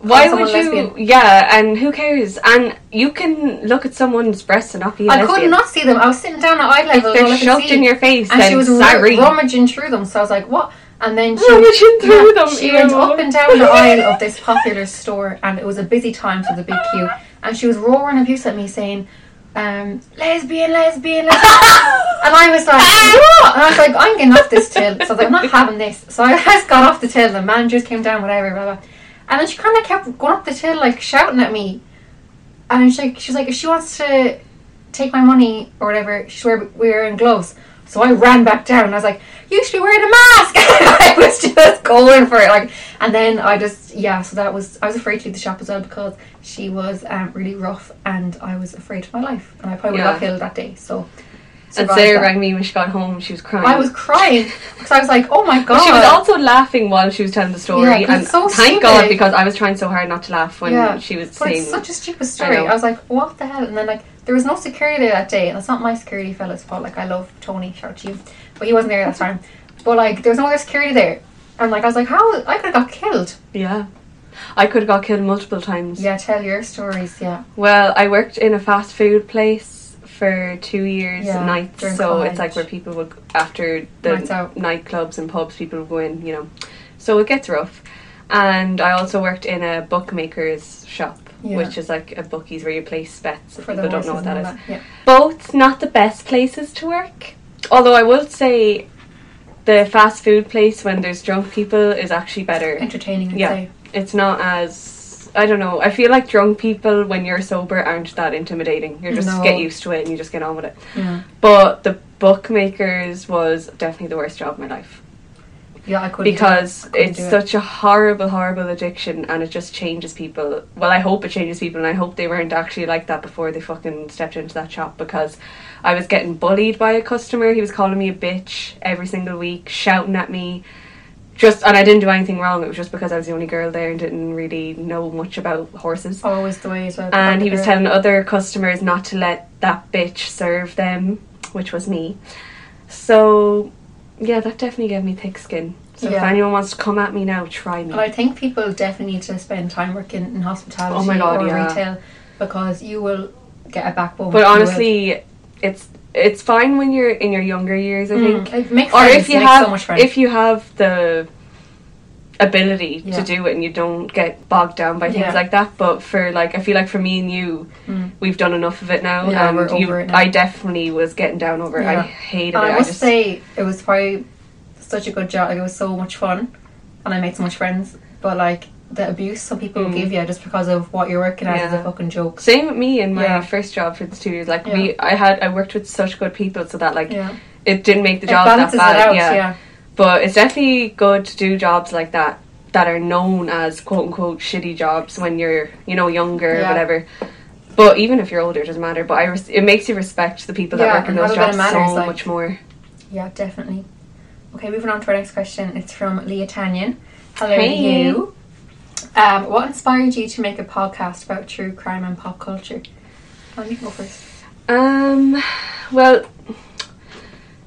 [SPEAKER 1] why
[SPEAKER 2] someone
[SPEAKER 1] would you?
[SPEAKER 2] lesbian.
[SPEAKER 1] Yeah, and who cares? And you can look at someone's breasts and not be. a
[SPEAKER 2] I could
[SPEAKER 1] lesbian.
[SPEAKER 2] not see them. I was sitting down at eye level.
[SPEAKER 1] They're
[SPEAKER 2] all I could
[SPEAKER 1] shoved
[SPEAKER 2] see.
[SPEAKER 1] in your face,
[SPEAKER 2] and
[SPEAKER 1] then
[SPEAKER 2] she was ru-
[SPEAKER 1] sorry.
[SPEAKER 2] rummaging through them. So I was like, "What?" And then she
[SPEAKER 1] Rummaging through them,
[SPEAKER 2] She went
[SPEAKER 1] ew.
[SPEAKER 2] up and down the aisle of this popular store, and it was a busy time, so the big queue. And she was roaring abuse at me, saying, um, "Lesbian, lesbian, lesbian," and I was like, "What?" And I was like, "I'm getting off this till." So I was like, "I'm not having this." So I just got off the till. The managers came down, whatever, blah blah. And then she kind of kept going up the till, like shouting at me. And she's like, she's like, if she wants to take my money or whatever, she's wear, wearing gloves. So I ran back down and I was like, you should be wearing a mask. I was just going for it. Like, and then I just, yeah, so that was, I was afraid to leave the shop as well because she was um, really rough and I was afraid of my life. And I probably would
[SPEAKER 1] Yeah.
[SPEAKER 2] got killed that day. So,
[SPEAKER 1] And
[SPEAKER 2] survived
[SPEAKER 1] Sarah
[SPEAKER 2] that.
[SPEAKER 1] rang me when she got home. She was crying.
[SPEAKER 2] I was crying because I was like, oh my God.
[SPEAKER 1] She was also laughing while she was telling the story,
[SPEAKER 2] Yeah, 'cause
[SPEAKER 1] and
[SPEAKER 2] it's so
[SPEAKER 1] thank God
[SPEAKER 2] stupid.
[SPEAKER 1] because I was trying so hard not to laugh when she was
[SPEAKER 2] but
[SPEAKER 1] saying.
[SPEAKER 2] it's such a stupid story.
[SPEAKER 1] I know.
[SPEAKER 2] I, was like, what the hell? And then like there was no security there that day, and it's not my security fella's fault. Like I love Tony, shout out to you, but he wasn't there that time. But like there was no other security there, and like I was like, how I could have got killed.
[SPEAKER 1] yeah, I could have got killed multiple times.
[SPEAKER 2] Yeah, tell your stories. Yeah,
[SPEAKER 1] Well, I worked in a fast food place for two years
[SPEAKER 2] Yeah,
[SPEAKER 1] at night, so
[SPEAKER 2] during
[SPEAKER 1] it's
[SPEAKER 2] college.
[SPEAKER 1] like where people would after the
[SPEAKER 2] Nights out.
[SPEAKER 1] nightclubs and pubs, people would go in, you know. So it gets rough. And I also worked in a bookmaker's shop,
[SPEAKER 2] Yeah.
[SPEAKER 1] which is like a bookies where you place bets. If
[SPEAKER 2] for the
[SPEAKER 1] people don't know
[SPEAKER 2] horses
[SPEAKER 1] what that
[SPEAKER 2] and
[SPEAKER 1] is.
[SPEAKER 2] all Yeah.
[SPEAKER 1] both not the best places to work. Although I will say the fast food place when there's drunk people is actually better.
[SPEAKER 2] entertaining. I'd
[SPEAKER 1] Yeah.
[SPEAKER 2] say.
[SPEAKER 1] It's not as I don't know. I feel like drunk people when you're sober aren't that intimidating. You just
[SPEAKER 2] No.
[SPEAKER 1] get used to it and you just get on with it.
[SPEAKER 2] Yeah.
[SPEAKER 1] But the bookmakers was definitely the worst job of my life
[SPEAKER 2] yeah, I couldn't do it.
[SPEAKER 1] because
[SPEAKER 2] Couldn't
[SPEAKER 1] it's
[SPEAKER 2] do it.
[SPEAKER 1] such a horrible, horrible addiction, and it just changes people. Well, I hope it changes people, and I hope they weren't actually like that before they fucking stepped into that shop. Because I was getting bullied by a customer. He was calling me a bitch every single week, shouting at me. Just and I didn't do anything wrong. It was just because I was the only girl there and didn't really know much about horses.
[SPEAKER 2] always the way as well.
[SPEAKER 1] And he was
[SPEAKER 2] Like,
[SPEAKER 1] telling other customers not to let that bitch serve them, which was me. So, yeah, that definitely gave me thick skin. So if
[SPEAKER 2] Yeah.
[SPEAKER 1] anyone wants to come at me now, try me.
[SPEAKER 2] And I think people definitely need to spend time working in hospitality
[SPEAKER 1] Oh my God,
[SPEAKER 2] or
[SPEAKER 1] yeah.
[SPEAKER 2] retail because you will get a backbone.
[SPEAKER 1] but
[SPEAKER 2] You will.
[SPEAKER 1] honestly, it's it's fine when you're in your younger years, I think.
[SPEAKER 2] Mm. It makes
[SPEAKER 1] Or
[SPEAKER 2] friends,
[SPEAKER 1] if you
[SPEAKER 2] makes
[SPEAKER 1] have
[SPEAKER 2] so much friends.
[SPEAKER 1] if you have the ability
[SPEAKER 2] Yeah.
[SPEAKER 1] to do it and you don't get bogged down by things
[SPEAKER 2] Yeah.
[SPEAKER 1] like that. But for like I feel like for me and you we've done enough of it now
[SPEAKER 2] Yeah,
[SPEAKER 1] and
[SPEAKER 2] we're
[SPEAKER 1] you
[SPEAKER 2] over it now.
[SPEAKER 1] I definitely was getting down over it. I
[SPEAKER 2] Yeah.
[SPEAKER 1] hated
[SPEAKER 2] And
[SPEAKER 1] it.
[SPEAKER 2] I must
[SPEAKER 1] just
[SPEAKER 2] say, it was probably such a good job. Like, it was so much fun, and I made so much friends. But like the abuse some people give you just because of what you're working at is
[SPEAKER 1] Hmm. Yeah.
[SPEAKER 2] a fucking joke.
[SPEAKER 1] Same with me in my
[SPEAKER 2] Yeah.
[SPEAKER 1] first job for the two years. Like
[SPEAKER 2] Yeah.
[SPEAKER 1] we, I had I worked with such good people, so that like
[SPEAKER 2] Yeah.
[SPEAKER 1] it didn't make the
[SPEAKER 2] It
[SPEAKER 1] job that
[SPEAKER 2] balances it
[SPEAKER 1] bad.
[SPEAKER 2] out.
[SPEAKER 1] yeah.
[SPEAKER 2] Yeah.
[SPEAKER 1] but it's definitely good to do jobs like that that are known as quote unquote shitty jobs when you're you know younger or
[SPEAKER 2] Yeah.
[SPEAKER 1] whatever. But even if you're older, it doesn't matter. But I res- it makes you respect the people
[SPEAKER 2] Yeah,
[SPEAKER 1] that work in
[SPEAKER 2] and
[SPEAKER 1] those
[SPEAKER 2] rather
[SPEAKER 1] jobs
[SPEAKER 2] than it matters,
[SPEAKER 1] so
[SPEAKER 2] like-
[SPEAKER 1] much more.
[SPEAKER 2] Yeah, definitely. Okay, moving on to our next question. It's from Leah Tanyan. Hello to
[SPEAKER 1] Hey.
[SPEAKER 2] you. Um, what inspired you to make a podcast about true crime and pop culture? Well, you can go first.
[SPEAKER 1] Um, well.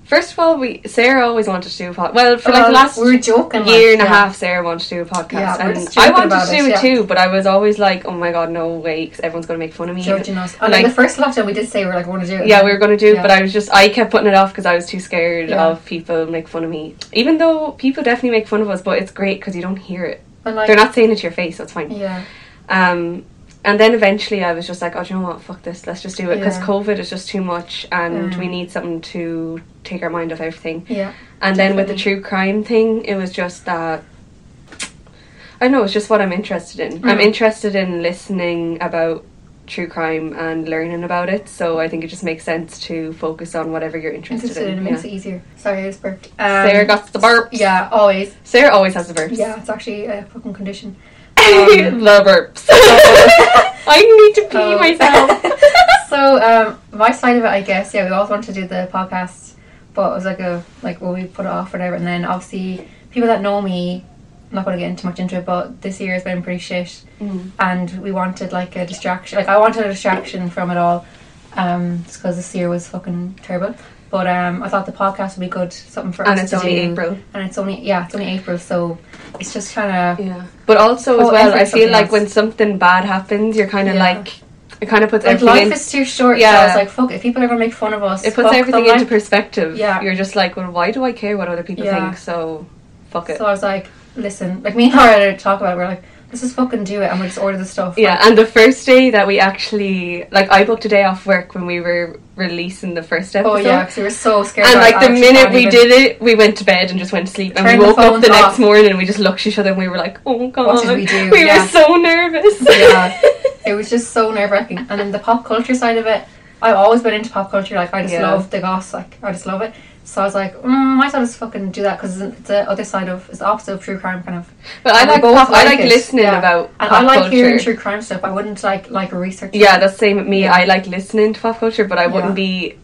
[SPEAKER 1] First of all, we Sarah always wanted to do a podcast. Well, for like
[SPEAKER 2] Well,
[SPEAKER 1] the last
[SPEAKER 2] we were joking, like,
[SPEAKER 1] year and a
[SPEAKER 2] yeah.
[SPEAKER 1] half, Sarah wanted to do a podcast,
[SPEAKER 2] Yeah, we're
[SPEAKER 1] and
[SPEAKER 2] just
[SPEAKER 1] I
[SPEAKER 2] joking
[SPEAKER 1] wanted
[SPEAKER 2] about
[SPEAKER 1] to do
[SPEAKER 2] it,
[SPEAKER 1] it
[SPEAKER 2] yeah.
[SPEAKER 1] too. But I was always like, "Oh my god, no way!" 'cause everyone's going to make fun of me.
[SPEAKER 2] Judging us. Oh, And
[SPEAKER 1] Like-
[SPEAKER 2] like, the first lockdown, we did say we were like, we're going to do it.
[SPEAKER 1] yeah, we were going to do it,
[SPEAKER 2] Yeah.
[SPEAKER 1] but I was just I kept putting it off because I was too scared
[SPEAKER 2] Yeah.
[SPEAKER 1] of people make fun of me. Even though people definitely make fun of us, but it's great because you don't hear it.
[SPEAKER 2] And, like-
[SPEAKER 1] They're not saying it to your face, so it's fine.
[SPEAKER 2] Yeah.
[SPEAKER 1] Um, and then eventually I was just like, oh, do you know what? Fuck this. Let's just do it because
[SPEAKER 2] Yeah. Mm.
[SPEAKER 1] COVID is just too much and we need something to take our mind off everything.
[SPEAKER 2] Yeah.
[SPEAKER 1] And then with the true crime thing, it was just that. I don't know, it's just what I'm interested in.
[SPEAKER 2] Mm.
[SPEAKER 1] I'm interested in listening about true crime and learning about it, so I think it just makes sense to focus on whatever you're interested,
[SPEAKER 2] Interested in it
[SPEAKER 1] in.
[SPEAKER 2] makes
[SPEAKER 1] yeah.
[SPEAKER 2] it easier. Sorry, I just burped. Um,
[SPEAKER 1] Sarah got the burps.
[SPEAKER 2] Yeah, always.
[SPEAKER 1] Sarah always has the burps.
[SPEAKER 2] Yeah, it's actually a fucking condition.
[SPEAKER 1] the burps. I need to pee
[SPEAKER 2] Oh.
[SPEAKER 1] myself.
[SPEAKER 2] So, um, my side of it, I guess, yeah, we always wanted to do the podcast, but it was like a, like, well, we put it off or whatever. And then obviously, people that know me I'm not going to get into much into it, but this year has been pretty shit,
[SPEAKER 1] Mm.
[SPEAKER 2] and we wanted like a distraction. Like I wanted a distraction from it all, um, because this year was fucking terrible. But um, I thought the podcast would be good, something for
[SPEAKER 1] And it's
[SPEAKER 2] us to
[SPEAKER 1] only
[SPEAKER 2] do.
[SPEAKER 1] April.
[SPEAKER 2] and it's only yeah, it's only April, so it's just kind of
[SPEAKER 1] Yeah. But also as
[SPEAKER 2] Oh,
[SPEAKER 1] well,
[SPEAKER 2] and
[SPEAKER 1] I
[SPEAKER 2] there's
[SPEAKER 1] feel
[SPEAKER 2] something
[SPEAKER 1] like
[SPEAKER 2] else.
[SPEAKER 1] when something bad happens, you're kind of
[SPEAKER 2] Yeah.
[SPEAKER 1] like it kind of puts
[SPEAKER 2] like
[SPEAKER 1] everything.
[SPEAKER 2] life
[SPEAKER 1] in-
[SPEAKER 2] is too short. so
[SPEAKER 1] Yeah.
[SPEAKER 2] I was like, fuck, if people are going to make fun of us,
[SPEAKER 1] it puts
[SPEAKER 2] fuck
[SPEAKER 1] everything
[SPEAKER 2] them,
[SPEAKER 1] into
[SPEAKER 2] like.
[SPEAKER 1] perspective.
[SPEAKER 2] Yeah.
[SPEAKER 1] You're just like, well, why do I care what other people
[SPEAKER 2] Yeah.
[SPEAKER 1] think? So, fuck it.
[SPEAKER 2] So I was like, listen, like me and Laura talk about it. We're like, let's just fucking do it, and we just order the stuff.
[SPEAKER 1] yeah,
[SPEAKER 2] like,
[SPEAKER 1] and the first day that we actually like, I booked a day off work when we were releasing the first episode.
[SPEAKER 2] oh yeah, because we were so scared.
[SPEAKER 1] And
[SPEAKER 2] about it,
[SPEAKER 1] like the
[SPEAKER 2] actually
[SPEAKER 1] minute
[SPEAKER 2] can't
[SPEAKER 1] we
[SPEAKER 2] even-
[SPEAKER 1] did it, we went to bed and just went to sleep. And
[SPEAKER 2] Turned
[SPEAKER 1] we
[SPEAKER 2] the
[SPEAKER 1] woke up
[SPEAKER 2] phones
[SPEAKER 1] the next
[SPEAKER 2] off.
[SPEAKER 1] morning and we just looked at each other and we were like, "Oh god,
[SPEAKER 2] did we do?
[SPEAKER 1] We
[SPEAKER 2] Yeah.
[SPEAKER 1] were so nervous."
[SPEAKER 2] yeah, it was just so nerve wracking. And then the pop culture side of it, I've always been into pop culture. Like I just
[SPEAKER 1] Yeah.
[SPEAKER 2] love the goss. Like I just love it. So I was like, mm, might as well just fucking do that because it's the other side of it's the opposite of true crime, kind of.
[SPEAKER 1] But I
[SPEAKER 2] And we
[SPEAKER 1] like
[SPEAKER 2] both
[SPEAKER 1] pop, I like
[SPEAKER 2] it,
[SPEAKER 1] listening
[SPEAKER 2] yeah.
[SPEAKER 1] about
[SPEAKER 2] and
[SPEAKER 1] pop
[SPEAKER 2] I like
[SPEAKER 1] culture.
[SPEAKER 2] hearing true crime stuff. I wouldn't like like research.
[SPEAKER 1] Yeah,
[SPEAKER 2] it.
[SPEAKER 1] that's same with me.
[SPEAKER 2] Yeah.
[SPEAKER 1] I like listening to pop culture, but I wouldn't
[SPEAKER 2] Yeah.
[SPEAKER 1] be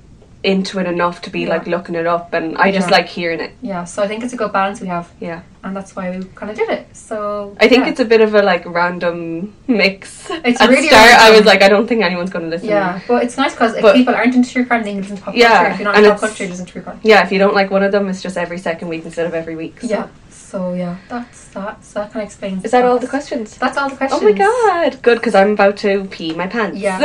[SPEAKER 1] into it enough to be
[SPEAKER 2] Yeah.
[SPEAKER 1] like looking it up. And I just
[SPEAKER 2] Yeah.
[SPEAKER 1] like hearing it.
[SPEAKER 2] yeah. So I think it's a good balance we have,
[SPEAKER 1] Yeah,
[SPEAKER 2] and that's why we kind of did it. So
[SPEAKER 1] I think
[SPEAKER 2] yeah.
[SPEAKER 1] it's a bit of a like random mix.
[SPEAKER 2] It's
[SPEAKER 1] At
[SPEAKER 2] really
[SPEAKER 1] start, I was
[SPEAKER 2] random.
[SPEAKER 1] like, I don't think anyone's going to listen.
[SPEAKER 2] Yeah, but it's nice because if
[SPEAKER 1] But-
[SPEAKER 2] people aren't into true crime, they can listen to pop
[SPEAKER 1] Yeah,
[SPEAKER 2] culture. If you're not
[SPEAKER 1] and
[SPEAKER 2] into pop
[SPEAKER 1] it's-
[SPEAKER 2] culture, you listen to true crime.
[SPEAKER 1] Yeah, if you don't like one of them, it's just every second week instead of every week. so.
[SPEAKER 2] Yeah. So yeah, that's that. So that kind of explains.
[SPEAKER 1] Is that all the questions?
[SPEAKER 2] That's all the
[SPEAKER 1] Oh
[SPEAKER 2] questions.
[SPEAKER 1] my god! Good, because I'm about to pee my pants.
[SPEAKER 2] Yeah.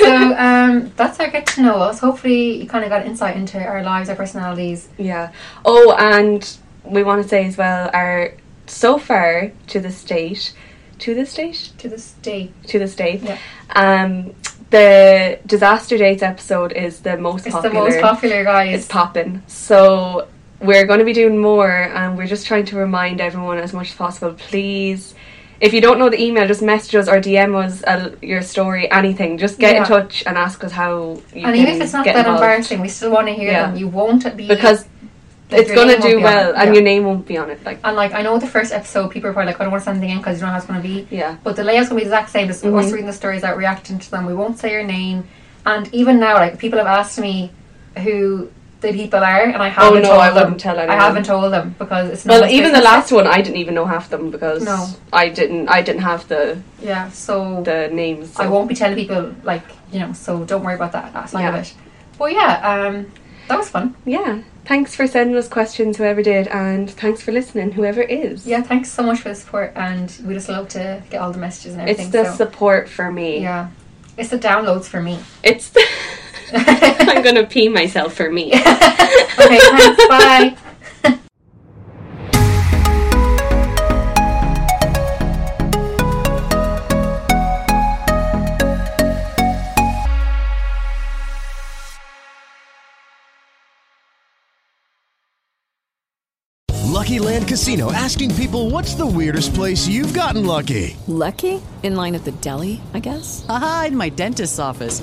[SPEAKER 2] so um, that's our get to know us. Hopefully, you kind of got insight into our lives, our personalities.
[SPEAKER 1] Yeah. Oh, and we want to say as well, our so far to this date, to this date,
[SPEAKER 2] To this day,
[SPEAKER 1] to this date,
[SPEAKER 2] Yeah.
[SPEAKER 1] um, the disaster dates episode is the most
[SPEAKER 2] it's
[SPEAKER 1] popular.
[SPEAKER 2] the most popular, guys.
[SPEAKER 1] It's popping. So we're going to be doing more, and we're just trying to remind everyone as much as possible. Please. If you don't know the email, just message us or DM us uh, your story, anything. Just get in
[SPEAKER 2] Yeah.
[SPEAKER 1] touch and ask us how you
[SPEAKER 2] and
[SPEAKER 1] can
[SPEAKER 2] even if it's not
[SPEAKER 1] get
[SPEAKER 2] that
[SPEAKER 1] involved.
[SPEAKER 2] embarrassing, we still want to hear
[SPEAKER 1] Yeah.
[SPEAKER 2] them. You won't be
[SPEAKER 1] because
[SPEAKER 2] like,
[SPEAKER 1] it's
[SPEAKER 2] your
[SPEAKER 1] gonna
[SPEAKER 2] name won't
[SPEAKER 1] do
[SPEAKER 2] be on
[SPEAKER 1] well,
[SPEAKER 2] it.
[SPEAKER 1] and
[SPEAKER 2] Yeah.
[SPEAKER 1] your name won't be on it. Like,
[SPEAKER 2] And like I know the first episode, people were like, "I don't want to send anything in because you don't know how it's going to be."
[SPEAKER 1] Yeah. Mm-hmm.
[SPEAKER 2] But the layout's going to be the exact same. Just us reading the stories out, reacting to them. We won't say your name. And even now, like people have asked me who the people are, and I haven't.
[SPEAKER 1] Oh, no,
[SPEAKER 2] told
[SPEAKER 1] I
[SPEAKER 2] them.
[SPEAKER 1] wouldn't tell anyone.
[SPEAKER 2] I haven't told them because it's.
[SPEAKER 1] well,
[SPEAKER 2] none of
[SPEAKER 1] even the
[SPEAKER 2] business.
[SPEAKER 1] last one, I didn't even know half them because
[SPEAKER 2] No.
[SPEAKER 1] I didn't. I didn't have the
[SPEAKER 2] Yeah. So
[SPEAKER 1] the names. so-
[SPEAKER 2] I won't be telling people, like you know. So don't worry about that that side
[SPEAKER 1] Yeah.
[SPEAKER 2] of it. But yeah, um, that was fun.
[SPEAKER 1] Yeah. Thanks for sending us questions, whoever did, and thanks for listening, whoever is.
[SPEAKER 2] Yeah, thanks so much for the support, and we just love to get all the messages and
[SPEAKER 1] It's
[SPEAKER 2] everything.
[SPEAKER 1] the
[SPEAKER 2] so,
[SPEAKER 1] support for me.
[SPEAKER 2] yeah, it's the downloads for me.
[SPEAKER 1] It's. The I'm gonna pee myself for me.
[SPEAKER 2] Okay, thanks. Bye.
[SPEAKER 4] Lucky Land Casino asking people what's the weirdest place you've gotten lucky?
[SPEAKER 5] Lucky? In line at the deli, I guess?
[SPEAKER 6] Aha, in my dentist's office.